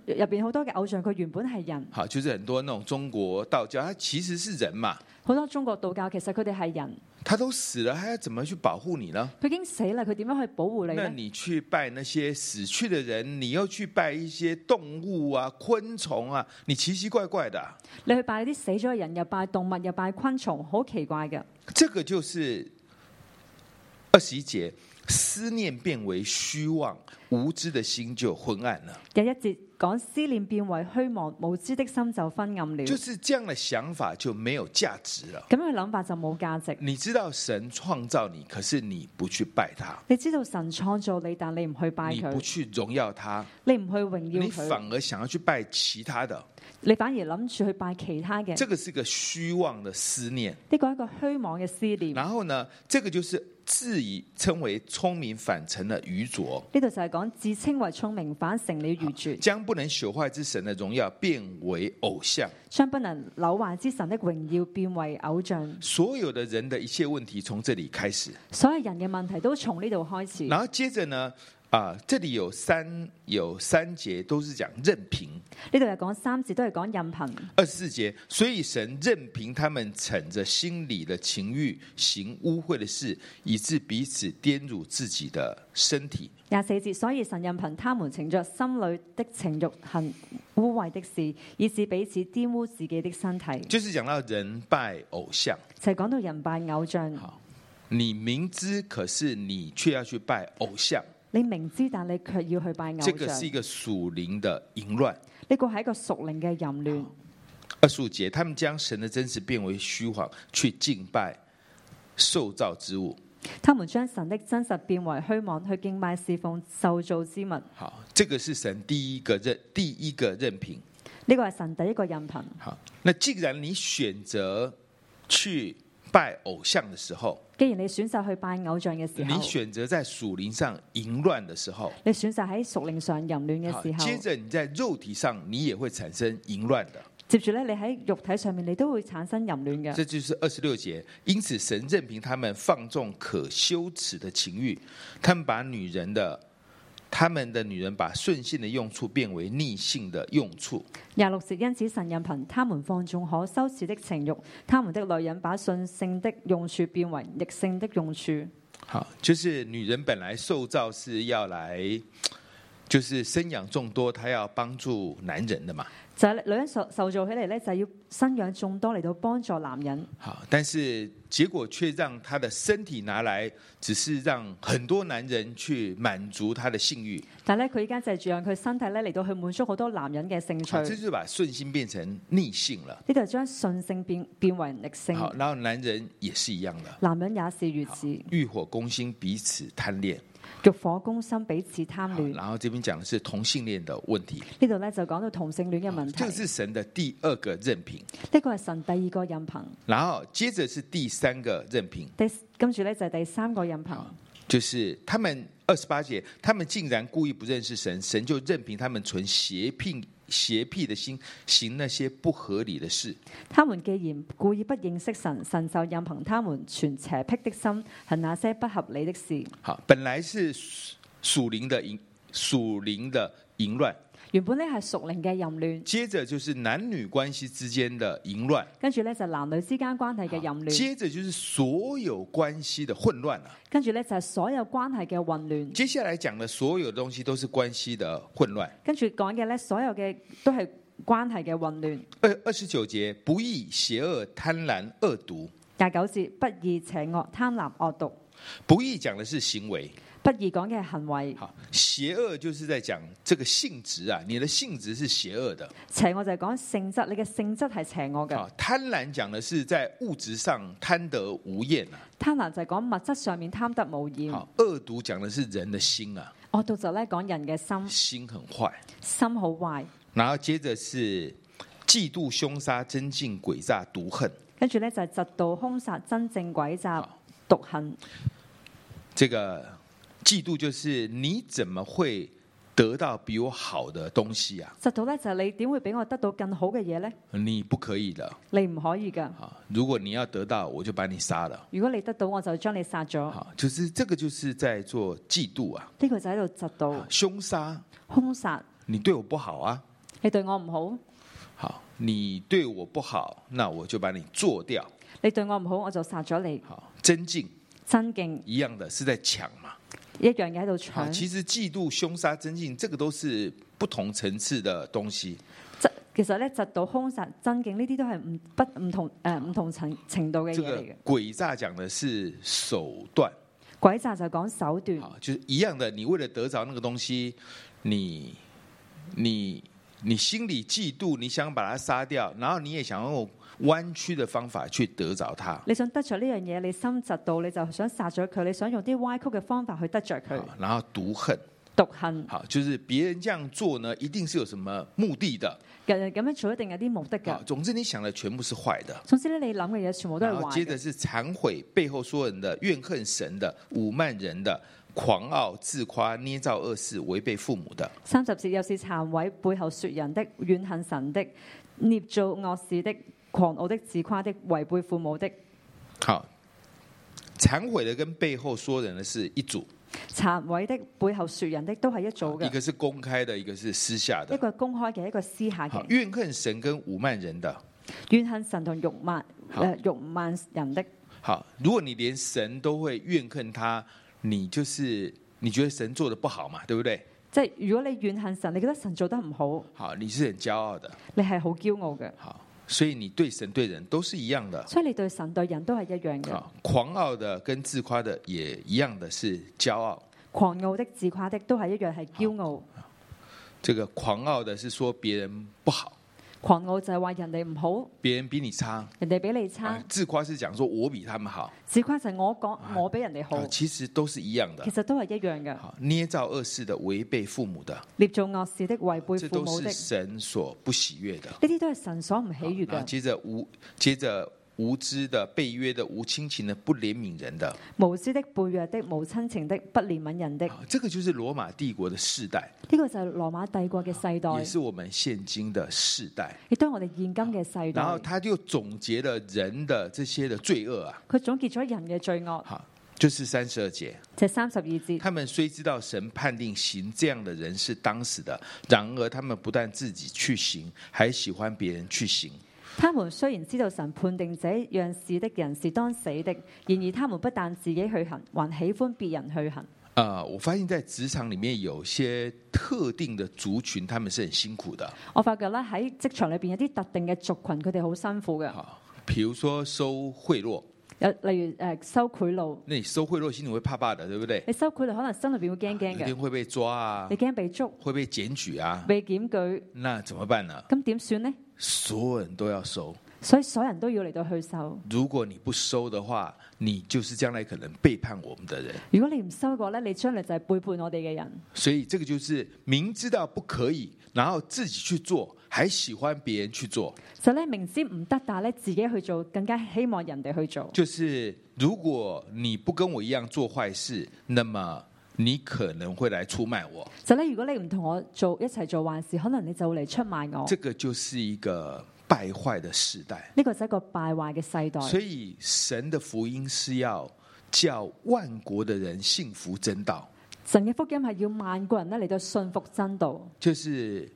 Speaker 3: 入邊好多嘅偶像佢原本係人，
Speaker 2: 好，就是很多那种中国道教，他其实是人嘛，
Speaker 3: 好多中國道教其實佢哋係人，
Speaker 2: 他都死了，还要怎么去保护你呢？
Speaker 3: 佢已經死啦，佢點樣去保護你
Speaker 2: 那
Speaker 3: 呢？
Speaker 2: 你去拜那些死去的人，你又去拜一些动物啊、昆虫啊，你奇奇怪怪的啊、
Speaker 3: 你去拜啲死咗嘅人，又拜動物，又拜昆蟲，好奇怪嘅。
Speaker 2: 这个就是二十一节，思念变为虚妄，无知的心就昏暗了。
Speaker 3: 有一節講思念變為虛妄，無知的心就昏暗了。
Speaker 2: 就是这样的想法就没有价值了。
Speaker 3: 咁樣嘅諗法就冇價值。
Speaker 2: 你知道神创造你，可是你不去拜他，
Speaker 3: 你知道神創造你，但你唔去拜
Speaker 2: 你不
Speaker 3: 佢，
Speaker 2: 去荣耀他，
Speaker 3: 你唔去榮耀
Speaker 2: 你
Speaker 3: 佢，
Speaker 2: 反而想要去拜其他的，
Speaker 3: 你反而諗住去拜其他嘅。
Speaker 2: 这个是个虚妄的思念。
Speaker 3: 呢個係一個虛妄嘅思念。
Speaker 2: 然后呢，这个就是自以称为聪明，反成了愚拙，
Speaker 3: 呢度就係講自稱為聰明反成了愚拙，
Speaker 2: 将不能朽坏之神的荣耀变为偶像。
Speaker 3: 將不能朽壞之神的榮耀變為偶像。
Speaker 2: 所有的人的一切問題從這裡開始，
Speaker 3: 所有人嘅問題都從呢度開始。
Speaker 2: 然後接着呢，啊、这裡有三有三节都是講任憑，
Speaker 3: 呢度又講三節都係講任憑。
Speaker 2: 二十四节，所以神任憑他們逞着心裡的情欲行污秽的事，以致彼此玷辱自己的身體。
Speaker 3: 廿四節，所以神任憑他們情着心裏的情欲行污穢的事，以致彼此玷污自己的身體。
Speaker 2: 就是講到人拜偶像，
Speaker 3: 就係講到人拜偶像，
Speaker 2: 好，你明知可是你卻要去拜偶像，
Speaker 3: 你明知但你卻要去拜偶
Speaker 2: 這
Speaker 3: 像，
Speaker 2: 個是一個屬靈的淫亂。
Speaker 3: 呢個係一個屬靈嘅淫亂。
Speaker 2: 二十五节，他们将神的真实变为虚谎，去敬拜受造之物。
Speaker 3: 他們將神的真實變為虛妄，去敬拜侍奉受造之物。
Speaker 2: 好，这个是神第一个任第一个任凭。
Speaker 3: 呢個係神第一個任憑。
Speaker 2: 好，那既然你选择去拜偶像的时候，
Speaker 3: 既然你選擇去拜偶像嘅時候，
Speaker 2: 你選擇在屬靈上淫亂的时候，
Speaker 3: 你選擇喺屬靈上淫亂
Speaker 2: 好
Speaker 3: 嘅時，
Speaker 2: 接
Speaker 3: 候，
Speaker 2: 着你在肉体上你也會產生淫亂的。
Speaker 3: 接住咧你喺肉體上面你都會產生淫亂嘅。
Speaker 2: 这就是二十六节。因此，神任凭他们放纵可羞耻的情欲，他们把女人的，他们的女人把顺性的用处变为逆性的用处。
Speaker 3: 廿六節，因此神任憑他們放縱可羞恥的情慾，他們的女人把順性的用處變為逆性的用處。
Speaker 2: 好，就是女人本来受造是要来，就是生养众多，她要帮助男人的嘛。
Speaker 3: 就係女人受受造起嚟咧，就係要生養眾多嚟到幫助男人。
Speaker 2: 好，但是结果却让她的身体拿来，只是让很多男人去满足她的性欲。
Speaker 3: 但係咧，佢依家就係住讓佢身體咧嚟到去滿足好多男人嘅興趣。
Speaker 2: 好，这就是把顺性变成逆性了。
Speaker 3: 呢度係將順性變變為逆性，
Speaker 2: 好，然后男人也是一样的，
Speaker 3: 男人也是如此，
Speaker 2: 欲火攻心，彼此贪恋。
Speaker 3: 欲火攻心，彼此貪
Speaker 2: 好
Speaker 3: 戀。
Speaker 2: 然后这边讲的是同性恋的问题，
Speaker 3: 呢度咧就講到同性戀嘅問
Speaker 2: 这个
Speaker 3: 題，
Speaker 2: 是神的第二个任凭，
Speaker 3: 呢個係神第二個任憑，
Speaker 2: 然后接着是第三个任凭，
Speaker 3: 第跟住咧就係第三個任憑。
Speaker 2: 就是他们二十八节，他们竟然故意不认识神，神就任凭他们存邪僻邪僻的心，行那些不合理的事。
Speaker 3: 他們既然故意不認識神，神就任憑他們存邪僻的心，行那些不合理的事。
Speaker 2: 好，本来是属属灵的淫，属灵的淫乱，
Speaker 3: 原本呢係屬靈嘅淫亂，
Speaker 2: 接着就是男女关系之间的淫乱。
Speaker 3: 跟住咧就男女之間關係嘅淫亂，
Speaker 2: 接着就是所有关系的混乱了、啊
Speaker 3: 跟住咧就係所有關係嘅混亂，
Speaker 2: 接下来讲的所有东西都是关系的混乱。
Speaker 3: 跟住講嘅咧所有嘅都係關係嘅混亂。
Speaker 2: 二二十九节，不义、邪恶、贪婪、恶毒。
Speaker 3: 廿九節不義、邪惡、貪婪、惡毒。
Speaker 2: 不义讲的是行为，
Speaker 3: 不義講嘅行為，
Speaker 2: 好，邪恶就是在讲这个性质啊，你的性质是邪恶的。
Speaker 3: 邪惡就係講性質，你嘅性質係邪惡嘅
Speaker 2: 好。，贪婪讲的是在物质上贪得无厌啊。
Speaker 3: 貪婪就係講物質上面貪得無厭，
Speaker 2: 好，恶毒講的是人的心啊，
Speaker 3: 惡毒就咧講人嘅心，
Speaker 2: 心很壞。
Speaker 3: 心好壞。
Speaker 2: 然後接着是嫉妒、兇殺、增進、詭詐、毒恨。
Speaker 3: 跟住咧就係嫉妒、兇殺、真正詭詐
Speaker 2: 好、
Speaker 3: 毒恨。
Speaker 2: 這個嫉妒就是你怎麼會得到比我好的東西啊？
Speaker 3: 嫉妒咧就係你點會俾我得到更好嘅嘢咧？
Speaker 2: 你不可以的
Speaker 3: 你唔可以噶。
Speaker 2: 啊！如果你要得到，我就把你殺了。
Speaker 3: 如果你得到，我就將你殺咗。
Speaker 2: 好，就是這個就是在做嫉妒啊，
Speaker 3: 呢個就喺度嫉妒、
Speaker 2: 兇殺，
Speaker 3: 兇殺。
Speaker 2: 你對我不好啊，
Speaker 3: 你對我唔好，
Speaker 2: 好，你對我不好，那我就把你做掉。
Speaker 3: 你對我唔好，我就殺咗你。
Speaker 2: 好，增進
Speaker 3: 真勁
Speaker 2: 一樣的是在搶嘛。
Speaker 3: 一樣嘢喺度
Speaker 2: 好，
Speaker 3: 搶。
Speaker 2: 其實嫉妒、兇殺、增进，這個都是不同層次的東西。
Speaker 3: 質其實咧，窒到兇殺、真勁呢啲都係唔不唔同呃誒唔、同程程度嘅
Speaker 2: 這
Speaker 3: 嘢
Speaker 2: 個
Speaker 3: 嚟嘅。
Speaker 2: 詭詐講的是手段，
Speaker 3: 鬼詐就係講手段，
Speaker 2: 好，就是一樣的。你為了得着那個東西，你你你心裡嫉妒，你想把它殺掉，然後你也想用彎曲的方法去得着它。
Speaker 3: 你想得着呢樣嘢，你心窒到你就想殺咗佢，你想用啲歪曲嘅方法去得着佢
Speaker 2: 好，然後毒恨，
Speaker 3: 毒恨
Speaker 2: 好，就是別人這樣做呢，一定是有什麼目的的。
Speaker 3: 人人咁樣做一定有啲目的
Speaker 2: 好，
Speaker 3: 㗎。
Speaker 2: 總之你想的全部是壞的。
Speaker 3: 總之咧，你諗嘅嘢全部都係
Speaker 2: 然後
Speaker 3: 壞
Speaker 2: 接着
Speaker 3: 嘅。
Speaker 2: 是谄毁背后说人的、怨恨神的、侮慢人的、狂傲自夸、捏造恶事、违背父母的。
Speaker 3: 三十節又是殘毀背後説人的、怨恨神的、捏造惡事的、狂傲的、自誇的、違背父母的、
Speaker 2: 好，谄毁的跟背后说人的是一组，
Speaker 3: 殘毀的、背後説人的，都係一組
Speaker 2: 一
Speaker 3: 嘅。
Speaker 2: 啊个是公开的，一个是私下
Speaker 3: 一
Speaker 2: 的。
Speaker 3: 個係公開嘅，一個私下
Speaker 2: 好
Speaker 3: 嘅，。
Speaker 2: 怨恨神跟侮慢人的。
Speaker 3: 怨恨神同辱罵
Speaker 2: 好
Speaker 3: 誒辱罵人的。
Speaker 2: 好，如果你连神都会怨恨他，你就是你觉得神做的不好嘛，对不对？
Speaker 3: 即係如果你怨恨神，你覺得神做得唔好，
Speaker 2: 好，你是很驕傲的。
Speaker 3: 你係好驕傲嘅，
Speaker 2: 好，所以你对神对人都是一样的。
Speaker 3: 所以你對神對人都係一樣嘅。
Speaker 2: 好，狂傲的跟自夸的也一樣的是驕傲。
Speaker 3: 狂傲的、自誇的都係一樣係驕傲。
Speaker 2: 这个狂傲的是说別人不好，
Speaker 3: 狂傲就係話人哋唔好，
Speaker 2: 別人比你差；
Speaker 3: 人哋比你差
Speaker 2: 啊。自夸是講說我比他們好，
Speaker 3: 自誇就係我講我比人哋好
Speaker 2: 啊，其實都是一樣的
Speaker 3: 其。實都係一樣嘅。
Speaker 2: 好，捏造恶事的、違背父母的，
Speaker 3: 捏造惡事的、違背
Speaker 2: 這
Speaker 3: 父
Speaker 2: 都
Speaker 3: 母的，
Speaker 2: 是
Speaker 3: 呢
Speaker 2: 神所不喜悦的。
Speaker 3: 啲都係神所唔喜悅
Speaker 2: 然後
Speaker 3: 嘅。
Speaker 2: 接着無接着無知的、被约的、無亲情的、不憐憫人的，
Speaker 3: 無知的、背弱的、無親情的、不憐憫人的，呢
Speaker 2: 啊这個就是羅馬帝國的世代，
Speaker 3: 個就係羅馬帝國嘅世
Speaker 2: 也
Speaker 3: 代，
Speaker 2: 是我們現今的世代。
Speaker 3: 亦都係我哋現今嘅世
Speaker 2: 然後
Speaker 3: 代。
Speaker 2: 他就總結了人的這些的罪惡啊，
Speaker 3: 佢總結咗人嘅罪惡，
Speaker 2: 好，就是三十二節，
Speaker 3: 就三十二節。
Speaker 2: 他們虽知道神判定行這樣的人是當死的，然而他們不但自己去行，還喜歡別人去行。
Speaker 3: 他們雖然知道神判定這樣事的人是當死的，然而他們不但自己去行，還喜歡別人去行。
Speaker 2: 呃，我發現在職場裡面有些特定的族群，他們是很辛苦的。
Speaker 3: 我發覺咧喺職場裏邊有啲特定嘅族群，佢哋好辛苦嘅。
Speaker 2: 好，比如說收賄賂，
Speaker 3: 有例如誒、呃收賄賂，
Speaker 2: 那你收賄賂心裡會怕怕的，對不對？
Speaker 3: 你收賄賂可能心裏邊會驚
Speaker 2: 有一
Speaker 3: 驚
Speaker 2: 天
Speaker 3: 嘅，
Speaker 2: 會被抓啊
Speaker 3: 你，驚被捉、
Speaker 2: 會被檢舉啊，
Speaker 3: 被檢舉，
Speaker 2: 那怎麼辦呢？
Speaker 3: 咁點算呢？
Speaker 2: 所有人都要收。
Speaker 3: 所以所有人都要嚟到去收。
Speaker 2: 如果你不收的话，你就是将来可能背叛我们的人。
Speaker 3: 如果你唔收嘅話咧，你將來就係背叛我哋嘅人。
Speaker 2: 所以这个就是明知道不可以，然后自己去做，还喜欢别人去做。
Speaker 3: 就咧明知唔得，但係咧自己去做，更加希望人哋去做。
Speaker 2: 就是如果你不跟我一样做坏事，那么你可能会来出卖我。
Speaker 3: 就咧，如果你唔同我做一齊做壞事，可能你就會嚟出賣我。
Speaker 2: 这个就是一个败坏的时代。
Speaker 3: 呢個就係一個敗壞嘅世代，
Speaker 2: 所以神的福音是要叫万国的人幸福真道，
Speaker 3: 神嘅福音係要萬個人咧嚟到信服真道，
Speaker 2: 就是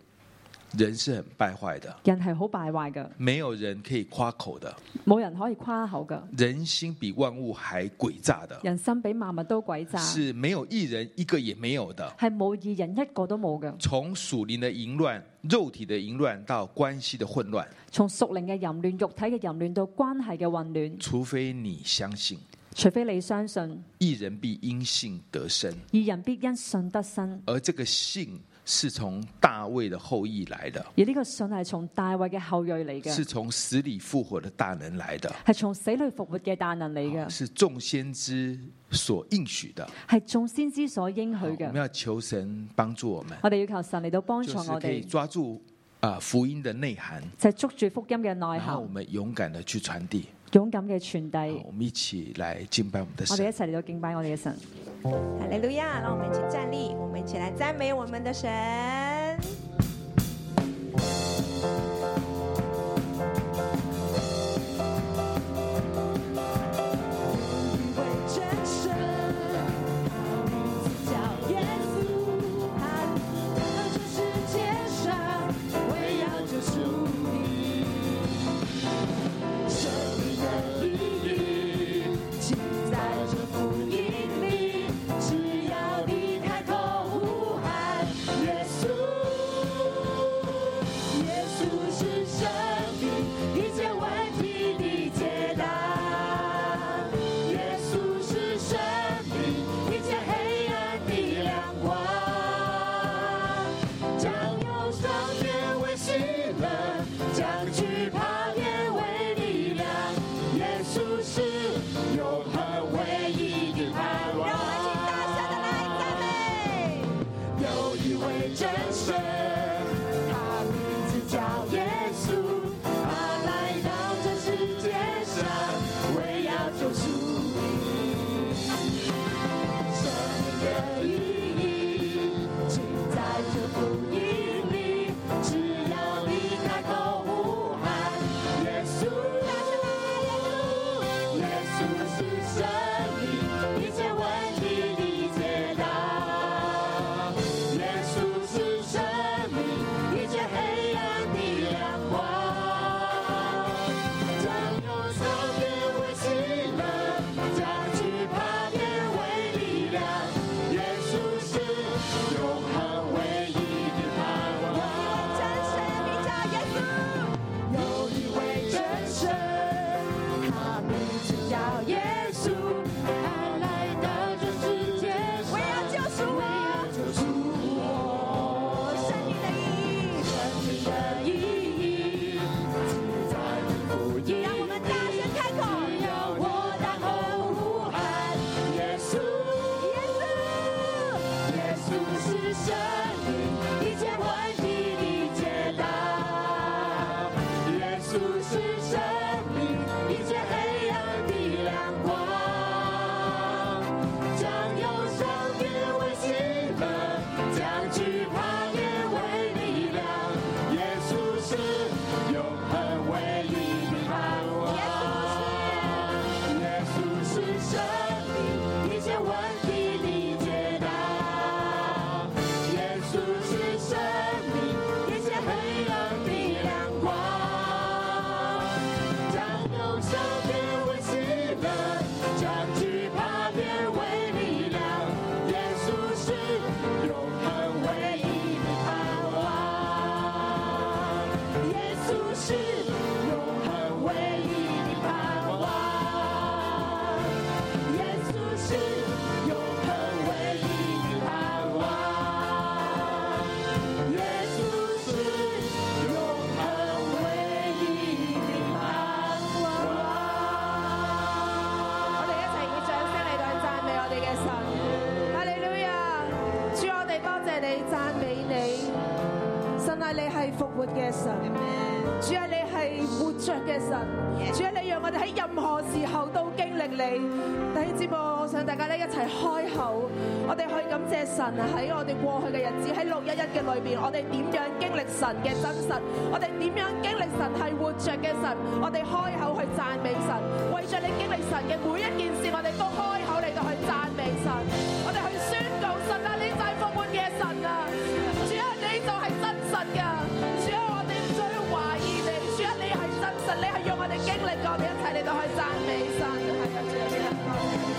Speaker 2: 人是很败坏的，
Speaker 3: 人係好敗壞嘅，
Speaker 2: 没有人可以夸口的。
Speaker 3: 冇人可以誇口嘅，
Speaker 2: 人心比萬物還詭詐的，
Speaker 3: 人心比萬物都詭詐，
Speaker 2: 是沒有一人一個也沒有的。
Speaker 3: 係冇義人一個都冇嘅。
Speaker 2: 從屬靈的淫亂、肉體的淫亂到關係的混亂，
Speaker 3: 從屬靈嘅淫亂、肉體嘅淫亂到關係嘅混亂，
Speaker 2: 除非你相信，
Speaker 3: 除非你相信，
Speaker 2: 一人必因信得生，
Speaker 3: 二人必因信得生。
Speaker 2: 而这个信是从大卫的后裔来的，
Speaker 3: 而呢個信係從大衛嘅後裔嚟
Speaker 2: 是
Speaker 3: 嘅，
Speaker 2: 从死里复活的大能来的，
Speaker 3: 係從死裏復活嘅大能嚟嘅，
Speaker 2: 是众先知所应许的。
Speaker 3: 係眾先知所應許
Speaker 2: 好我们
Speaker 3: 嘅。
Speaker 2: 要求神帮助我们，
Speaker 3: 我哋要求神嚟到幫助
Speaker 2: 就是
Speaker 3: 我
Speaker 2: 可以
Speaker 3: 哋，
Speaker 2: 抓住啊、呃福音的内涵，
Speaker 3: 就係捉住福音嘅內
Speaker 2: 然后我
Speaker 3: 涵，
Speaker 2: 们勇敢的去传递。
Speaker 3: 勇敢嘅傳
Speaker 2: 好
Speaker 3: 遞。
Speaker 2: 我们一起来敬拜我们的
Speaker 3: 我哋一
Speaker 2: 神。
Speaker 3: 齊嚟到敬拜我哋嘅神。
Speaker 4: 哈利路亚！让我们一起站立，我们一起来赞美我们的神。真神，名字叫耶稣，他来到这世界上，为要救赎你。生命的意义尽在这福音里，只要你开口呼喊，耶稣，耶稣是生命一切问题的解答，耶稣是生命一切黑暗的亮光，将忧伤变为喜乐，将惧怕变为力量，耶稣是永恒唯一的盼望。让我们请大声的来赞美。有一位真神，他名字叫耶稣，他来到这世界上，为要救赎你。生命的意义尽在这福音里，只要你开口呼喊，耶稣，耶稣是生命一切问题的解答，耶稣是生命一切黑暗的亮光。将忧伤变为喜乐，将惧怕变为力量。耶稣是永恒唯一的盼望。真神，名叫耶稣。有一位真神，他名字叫耶稣，他来到这世界上，为要救赎我，救赎我。生命的意义，生命的意义。让我们大声开口，要我大口呼喊，耶稣，耶稣，耶稣是生命一切问题的解答，耶稣是生命一切黑暗的亮光，将忧伤变为喜乐，将惧怕变为力量，耶稣是永恒唯一的盼望。耶稣是生命一切问题的解答，耶稣是生命一切黑暗的亮光，将忧伤变为喜乐，将惧怕变为力量。耶稣是永恒唯一的盼望，耶稣是永恒唯一的盼望，耶稣是永恒唯一的盼望，耶稣是永恒唯一的盼望。我哋一齊以掌聲嚟到讚美我哋嘅神，哈利路亞！主，我哋多謝你，讚美你。神啊，你係復活嘅神，主啊，你係活着嘅神，主啊，你讓我哋喺任何時候都經歷你。第二節目，我想大家咧一齊開口，我哋可以感謝神啊！喺我哋過去嘅日子，喺六一一嘅裏邊，我哋點樣經歷神嘅真實？我哋點樣經歷神係活着嘅神？我哋開口去讚美神，為着你經歷神嘅每一件事，我哋都開口嚟到去讚美神，我哋去宣告神啊！你就係復活嘅神啊！主啊，你就係真實噶，主啊，我哋唔需要懷疑你，主啊，你係真實，你係用我哋經歷過，我哋一齊嚟到去讚美神，係啊，主啊，主啊，你我喺度嘅，主啊，我哋嚟到去經歷，主啊，因為你係真實，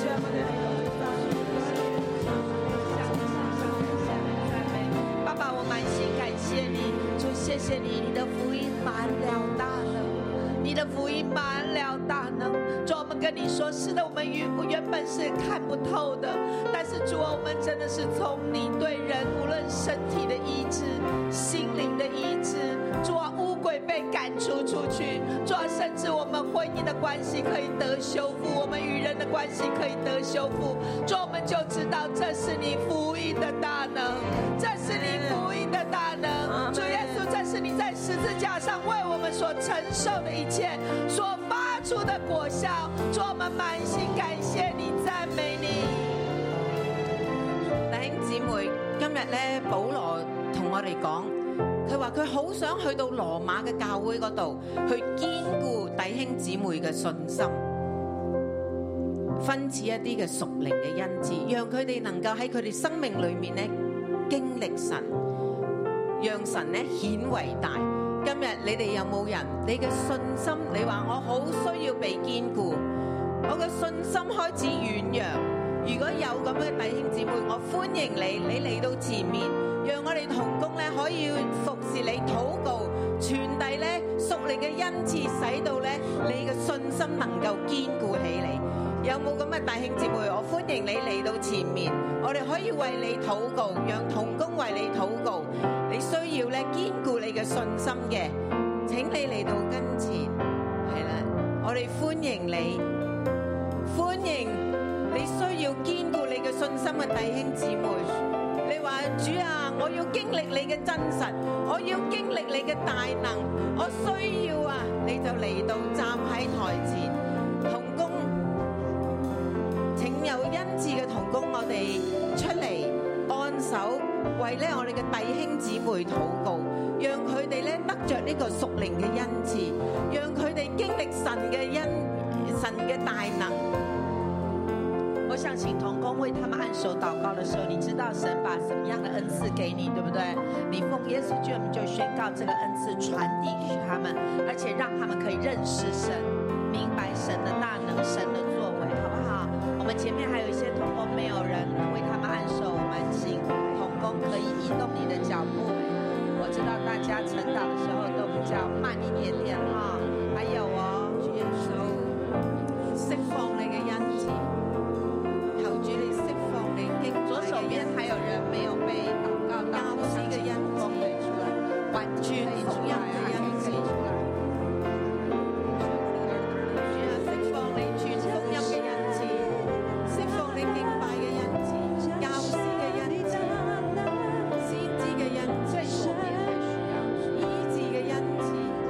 Speaker 4: 主啊，我哋嚟到去讚美神，
Speaker 5: 啊
Speaker 6: 爸爸，我满心感谢你，主，谢
Speaker 5: 谢你，你的福音满了大能，你的福音满了大能。主，啊我们跟你说，是的，我们原原本是看不透的，但是主啊，我们真的是从你对人，无论身体的医治、心灵的医治，主啊，污鬼被赶逐出去，主啊，甚至我们婚姻的关系可以得修复，我们与人的关系可以得修复。主啊，我们就知道这是你福音的大能，这是你福音的大能。主耶稣，这是你在十字架上为我们所承受的一切所发出的果效。主啊，我们满心感谢你，赞美你。
Speaker 6: 弟兄姊妹，今日咧，保羅同我哋講，佢話佢好想去到羅馬嘅教會嗰度，去堅固弟兄姊妹嘅信心，分赐一啲嘅屬靈嘅恩賜，讓佢哋能夠喺佢哋生命裏面咧經歷神，讓神咧顯為大。今日你哋有冇人？你嘅信心，你話我好需要被堅固，我嘅信心開始軟弱。如果有咁嘅弟兄姊妹，我歡迎你，你嚟到前面，讓我哋同工咧可以服侍你禱告，傳遞咧屬靈嘅恩賜，使到咧你嘅信心能夠堅固起嚟。有冇咁嘅弟兄姊妹？我歡迎你嚟到前面，我哋可以為你禱告，讓同工為你禱告。你需要咧堅固你嘅信心嘅，請你嚟到跟前，係啦，我哋歡迎你。歡迎你需要堅固你嘅信心嘅弟兄姊妹。你話主啊，我要經歷你嘅真實，我要經歷你嘅大能，我需要啊！你就嚟到站喺台前，同工，請有恩賜嘅同工，我哋出嚟按手，為咧我哋嘅弟兄姊妹禱告，讓佢哋咧得着呢個屬靈嘅恩賜，讓佢哋經歷神嘅恩。神嘅大能。
Speaker 5: 我想请童工为他们按手祷告的时候，你知道神把什么样的恩赐给你，对不对？你奉耶稣之名就宣告这个恩赐传递给他们，而且让他们可以认识神，明白神的大能、神的作为，好不好？我们前面还有一些童工没有人为他们按手，我们请童工可以移动你的脚步。我知道大家晨祷的时候都比较慢一点点哈、还有哦，主耶稣，释放你嘅恩赐。求主你释放你经左手边还有人没有被祷告到，教师嘅恩赐出来，完全同样嘅恩赐出来。主啊，释放你全福音嘅恩赐，释放你敬拜嘅恩赐，教师嘅恩赐，先知嘅恩赐，医治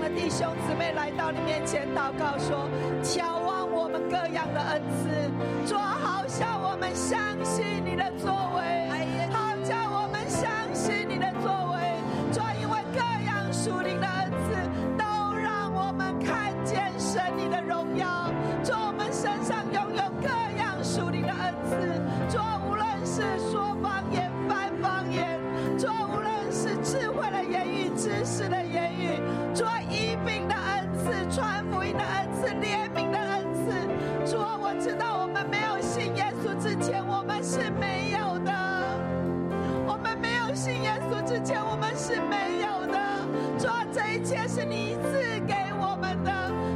Speaker 6: 的弟兄姊妹来到你面前祷告说：眺望我们各样的恩赐，说好叫我们相信你的作为，好叫我们相信你的作为，说因为各样属灵的恩赐都让我们看见神你的荣耀，说我们身上拥有各样属灵的恩赐，说无论是说方言、翻方言，说无论是智慧的言语、知识的言语，做医病的恩赐、传福音的恩赐、怜悯的恩赐。主啊，我知道我们没有信耶稣之前，我们是没有的；我们没有信耶稣之前，我们是没有的。主啊，这一切是你赐给我们的。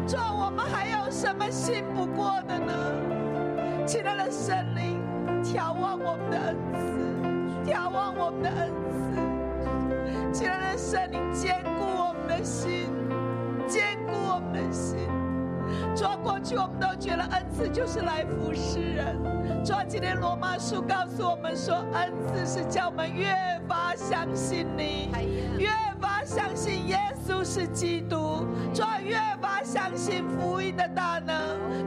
Speaker 6: 主啊，我们还有什么信不过的呢？亲爱的神灵，眺望我们的恩赐，眺望我们的恩赐。亲爱的神，你坚固我们的心，坚固我们的心。主啊，过去我们都觉得恩赐就是来服侍人。主啊，今天罗马书告诉我们说，恩赐是叫我们越发相信你，越发相信耶稣是基督。主啊，越发相信福音的大能。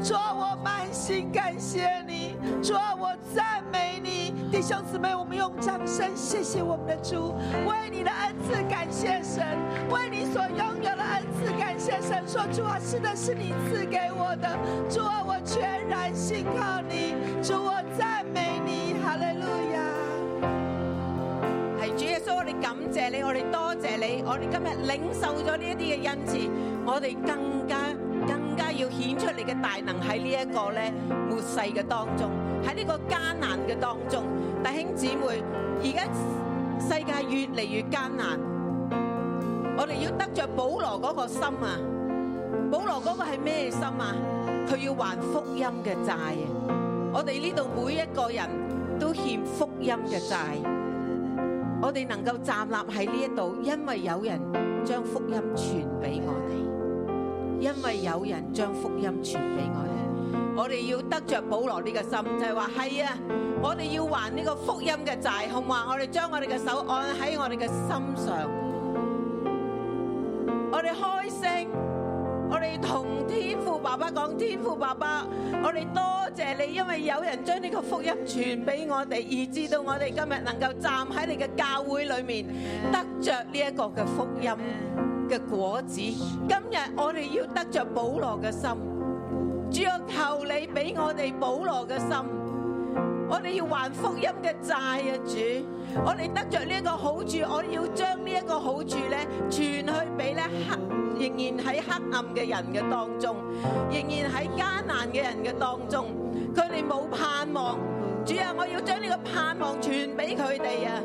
Speaker 6: 主啊，我满心感谢你。主啊，我赞美你。弟兄姊妹，我们用掌声谢谢我们的主，为你的恩赐感谢神，为你所拥有的恩赐感谢神。说主啊，是的，是你赐给我的，主啊，我全然信靠你，主我赞美你，哈利路亚。
Speaker 7: 系主耶穌，我哋感謝你，我哋多謝你，我哋今日領受咗呢一啲嘅恩賜，我哋更加更加要顯出你嘅大能喺呢一個咧末世嘅當中，喺呢個艱難嘅當中，弟兄姊妹，而家世界越嚟越艱難，我哋要得着保羅嗰個心啊！保羅嗰個係咩心啊？佢要還福音嘅債啊！我哋呢度每一個人都欠福音嘅債。我哋能夠站立喺呢一度，因為有人將福音傳俾我哋，因為有人將福音傳俾我哋。我哋要得着保羅呢個心，就係話係啊，我哋要還呢個福音嘅債，好唔好啊？我哋將我哋嘅手按喺我哋嘅心上，我哋開聲。我哋同天父爸爸講，天父爸爸，我哋多謝你，因為有人將呢個福音傳俾我哋，以至到我哋今日能夠站喺你嘅教會裏面，得着呢一個嘅福音嘅果子。今日我哋要得着保羅嘅心，主啊，求你俾我哋保羅嘅心。我哋要還福音嘅債啊，主！我哋得着呢一個好處，我哋要將呢一個好處咧傳去俾咧黑仍然喺黑暗嘅人嘅當中，仍然喺艱難嘅人嘅當中，佢哋冇盼望。主啊，我要將呢個盼望傳俾佢哋啊！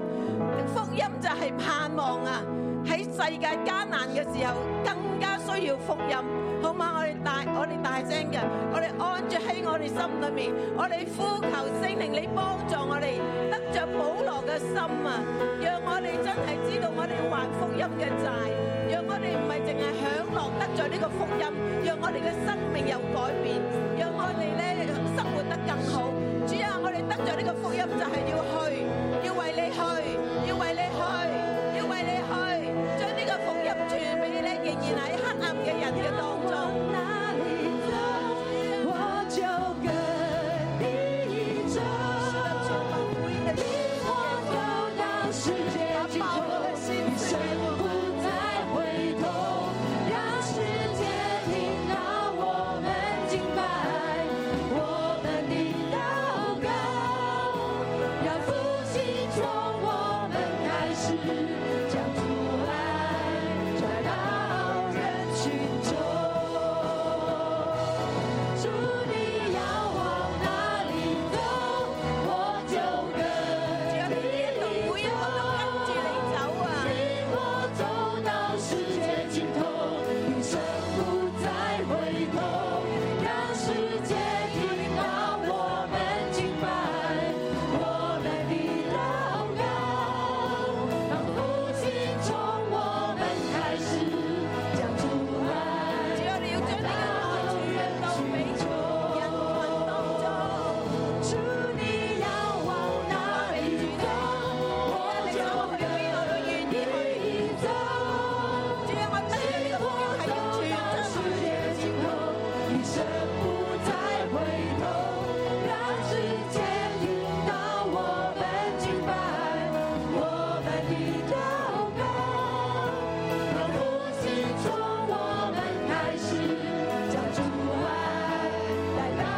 Speaker 7: 福音就係盼望啊！喺世界艱難嘅時候，更加需要福音，好嘛？我哋大我哋大聲嘅，我哋安住喺我哋心裏面，我哋呼求聖靈，你幫助我哋得着保羅嘅心啊！讓我哋真係知道我哋還福音嘅債，讓我哋唔係淨係享樂得着呢個福音，讓我哋嘅生命有改變，讓我哋咧生活得更好。主啊，我哋得着呢個福音就係要去，要為你去，要為你去，要為你去，將呢個福音傳俾你咧，仍然喺黑暗嘅人嘅當中。
Speaker 4: 我就跟你走，你我都到世界尽头，一生不再回头，让世界听到我们敬拜，我们的祷告，让福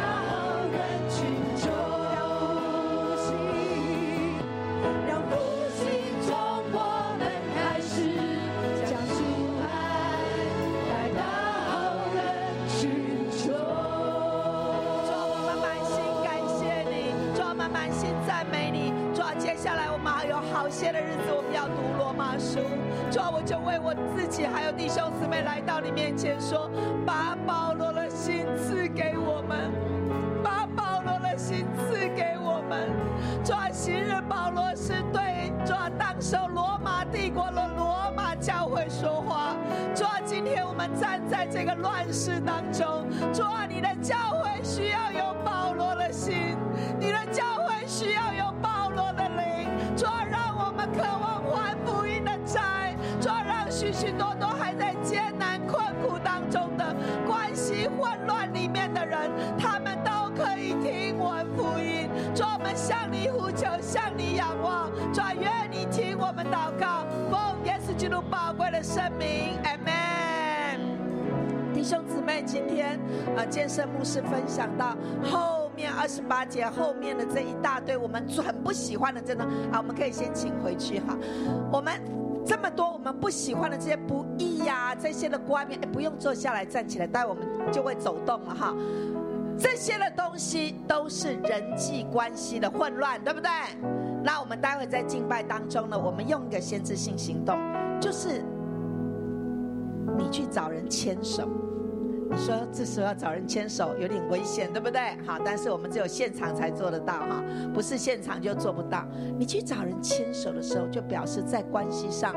Speaker 4: 啊啊赞美你。主啊，接下来我们还有好些的日子，我们要读罗马书。主啊，我就为我自己还有弟兄姊妹来到你面前说，把保罗的心赐给我们，把保罗的心赐给我们。主啊，昔日保罗是对主啊当时候罗马帝国的罗马教会说话。主啊，今天我们站在这个乱世当中，主啊，你的教会需要有保罗的心，你的教会需要有保罗的灵。主啊，让我们渴望还福音的债，主啊，让许许多多还在艰难困苦当中的关系混乱里面的人，他们都可以听闻福音。主啊，我们向你呼求，向你仰望，主啊，愿你听我们祷告，奉耶稣基督宝贵的圣名，Amen。弟兄姊妹，今天呃，健身牧师分享到后面二十八节后面的这一大堆，我们很不喜欢的，真的啊，我们可以先请回去哈。我们这么多我们不喜欢的这些不义呀、这些的观念，哎不用坐下来，站起来，待会我们就会走动了哈。这些的东西都是人际关系的混乱，对不对？那我们待会在敬拜当中呢，我们用一个先知性行动，就是你去找人牵手。你说这时候要找人牵手有点危险，对不对？好，但是我们只有现场才做得到哈，不是现场就做不到。你去找人牵手的时候，就表示在关系上，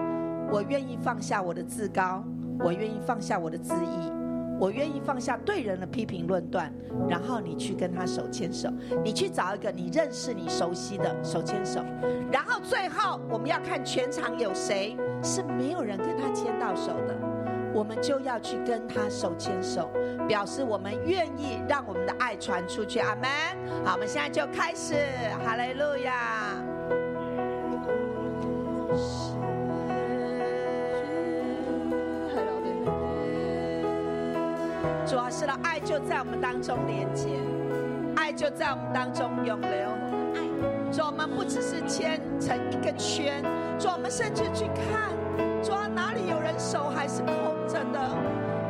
Speaker 4: 我愿意放下我的自高，我愿意放下我的自意，我愿意放下对人的批评论断，然后你去跟他手牵手，你去找一个你认识、你熟悉的手牵手，然后最后我们要看全场有谁是没有人跟他牵到手的。我们就要去跟他手牵手，表示我们愿意让我们的爱传出去。阿门。好，我们现在就开始，哈利路亚。主要是的爱就在我们当中连接，爱就在我们当中永留。爱，主，我们不只是牵成一个圈，主，啊我们甚至去看，主，啊哪里有人手还是空着的，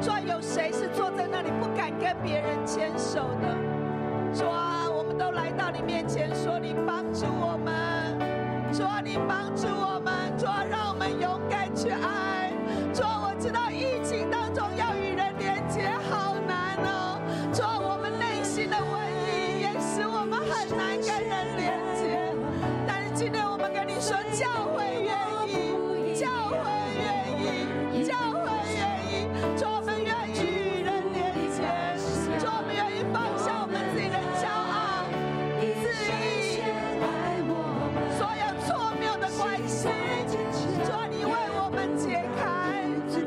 Speaker 4: 主，啊有谁是坐在那里不敢跟别人牵手的？主啊，我们都来到你面前，说你帮助我们，主啊，你帮助我们，主啊，让我们勇敢去爱。主啊，我知道疫情当中要与人连接好难哦。主啊，我们内心的瘟疫也使我们很难跟人连接。但是今天我们跟你说，教会愿意，教会愿意，教会愿意，主啊我们愿意与人连接，主啊我们愿意放下我们自己的骄傲、自义。所有错谬的关系，主啊，你为我们解开，主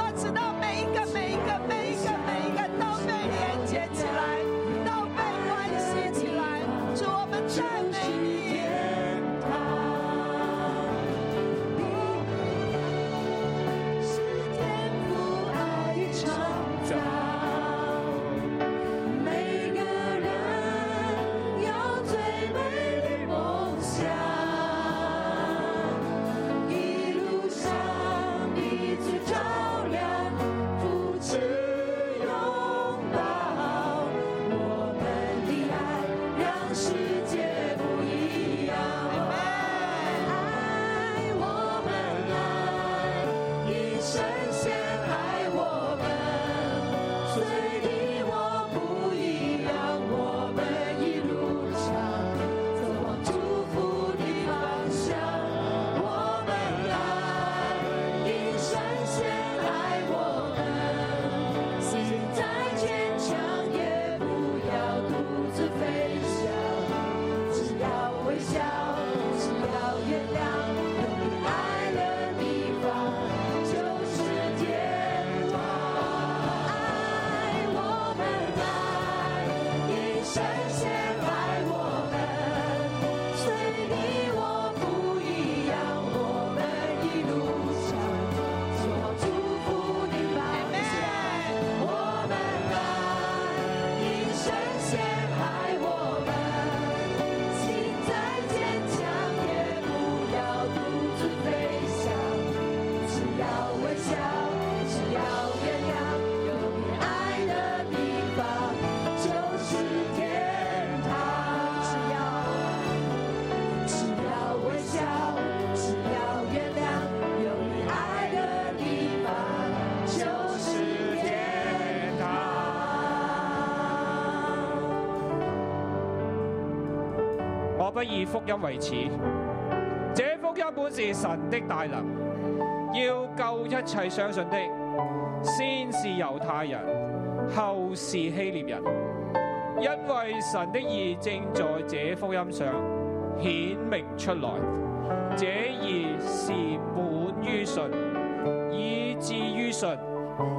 Speaker 4: 啊，直到每一个、每一个、每一个、每一个都被连接起来，都被关系起来，主，我们赞美你。是天父爱的创造。每个人有最美的梦想，一路上彼此照亮，扶持拥抱。我们的爱让世界不一样。爱我们爱，一生先爱我们。虽你我不一样，我们一路上走往祝福的方向。我们爱，一生先爱我们，心再坚强也不要独自飞翔，只要微笑，只要原谅，有你爱的地方就是天堂。爱我们爱，一生先爱我们。虽你我不一样，我们一路上走到祝福的方向。我们爱，一生先爱我们。心再坚强，也不要独自飞翔。只要微笑，只要原谅，有你爱的地方就是天
Speaker 8: 不以福音為耻。這福音本是神的大能，要救一切相信的，先是猶太人，後是希臘人，因為神的義正在這福音上顯明出來。這義是本於信，以至於信。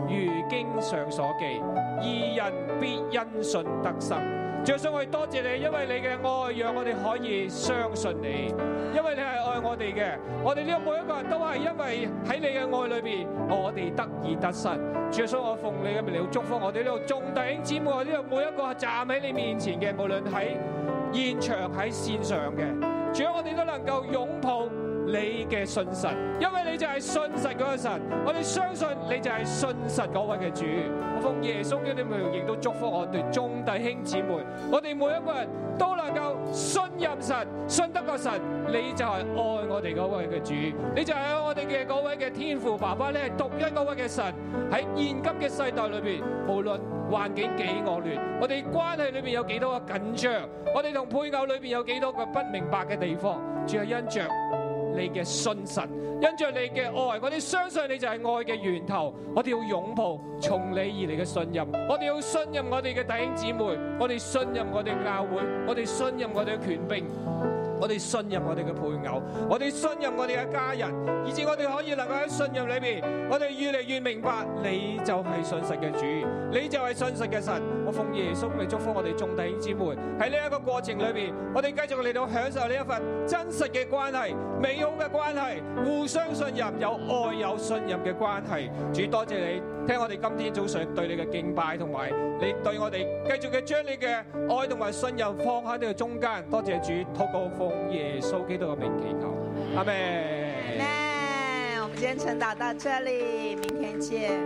Speaker 8: 如經上所記，義人必因信得生。最想我哋多謝你，因為你嘅愛，讓我哋可以相信你，因為你係愛我哋嘅。我哋呢個每一個人都係因為喺你嘅愛裏邊，我哋得以得生。主所以我奉你嘅名嚟祝福我哋呢度眾弟兄姊妹，我哋呢度每一個站喺你面前嘅，無論喺現場喺線上嘅，主啊，我哋都能夠擁抱你嘅信實，因為你就係信實嗰個神，我哋相信你就係信實嗰位嘅主。我奉耶穌嘅名，亦都祝福我哋眾弟兄姊妹，我哋每一個人都能夠信任神，信得過神，你就係愛我哋嗰位嘅主，你就係我哋嘅嗰位嘅天父爸爸，你係獨一嗰位嘅神。喺現今嘅世代裏邊，無論環境幾惡劣，我哋關係裏邊有幾多嘅緊張，我哋同配偶裏邊有幾多個不明白嘅地方，主係因着你嘅信神，因着你嘅愛，我哋相信你就係愛嘅源頭。我哋要擁抱從你而嚟嘅信任，我哋要信任我哋嘅弟兄姊妹，我哋信任我哋嘅教會，我哋信任我哋嘅權柄。我哋信任我哋嘅配偶，我哋信任我哋嘅家人，以至我哋可以能夠喺信任裏面，我哋越嚟越明白你就係信實嘅主，你就係信實嘅神。我奉耶穌嚟祝福我哋眾弟兄姊妹喺呢一個過程裏面，我哋繼續嚟到享受呢一份真實嘅關係、美好嘅關係、互相信任、有愛有信任嘅關係。主多謝你。聽我哋今天早上對你嘅敬拜，同埋你對我哋繼續嘅將你嘅愛同埋信任放喺你嘅中間。多謝主，禱告奉耶穌基督嘅名祈求，阿門。
Speaker 7: 那我们今天晨祷到这里，明天见。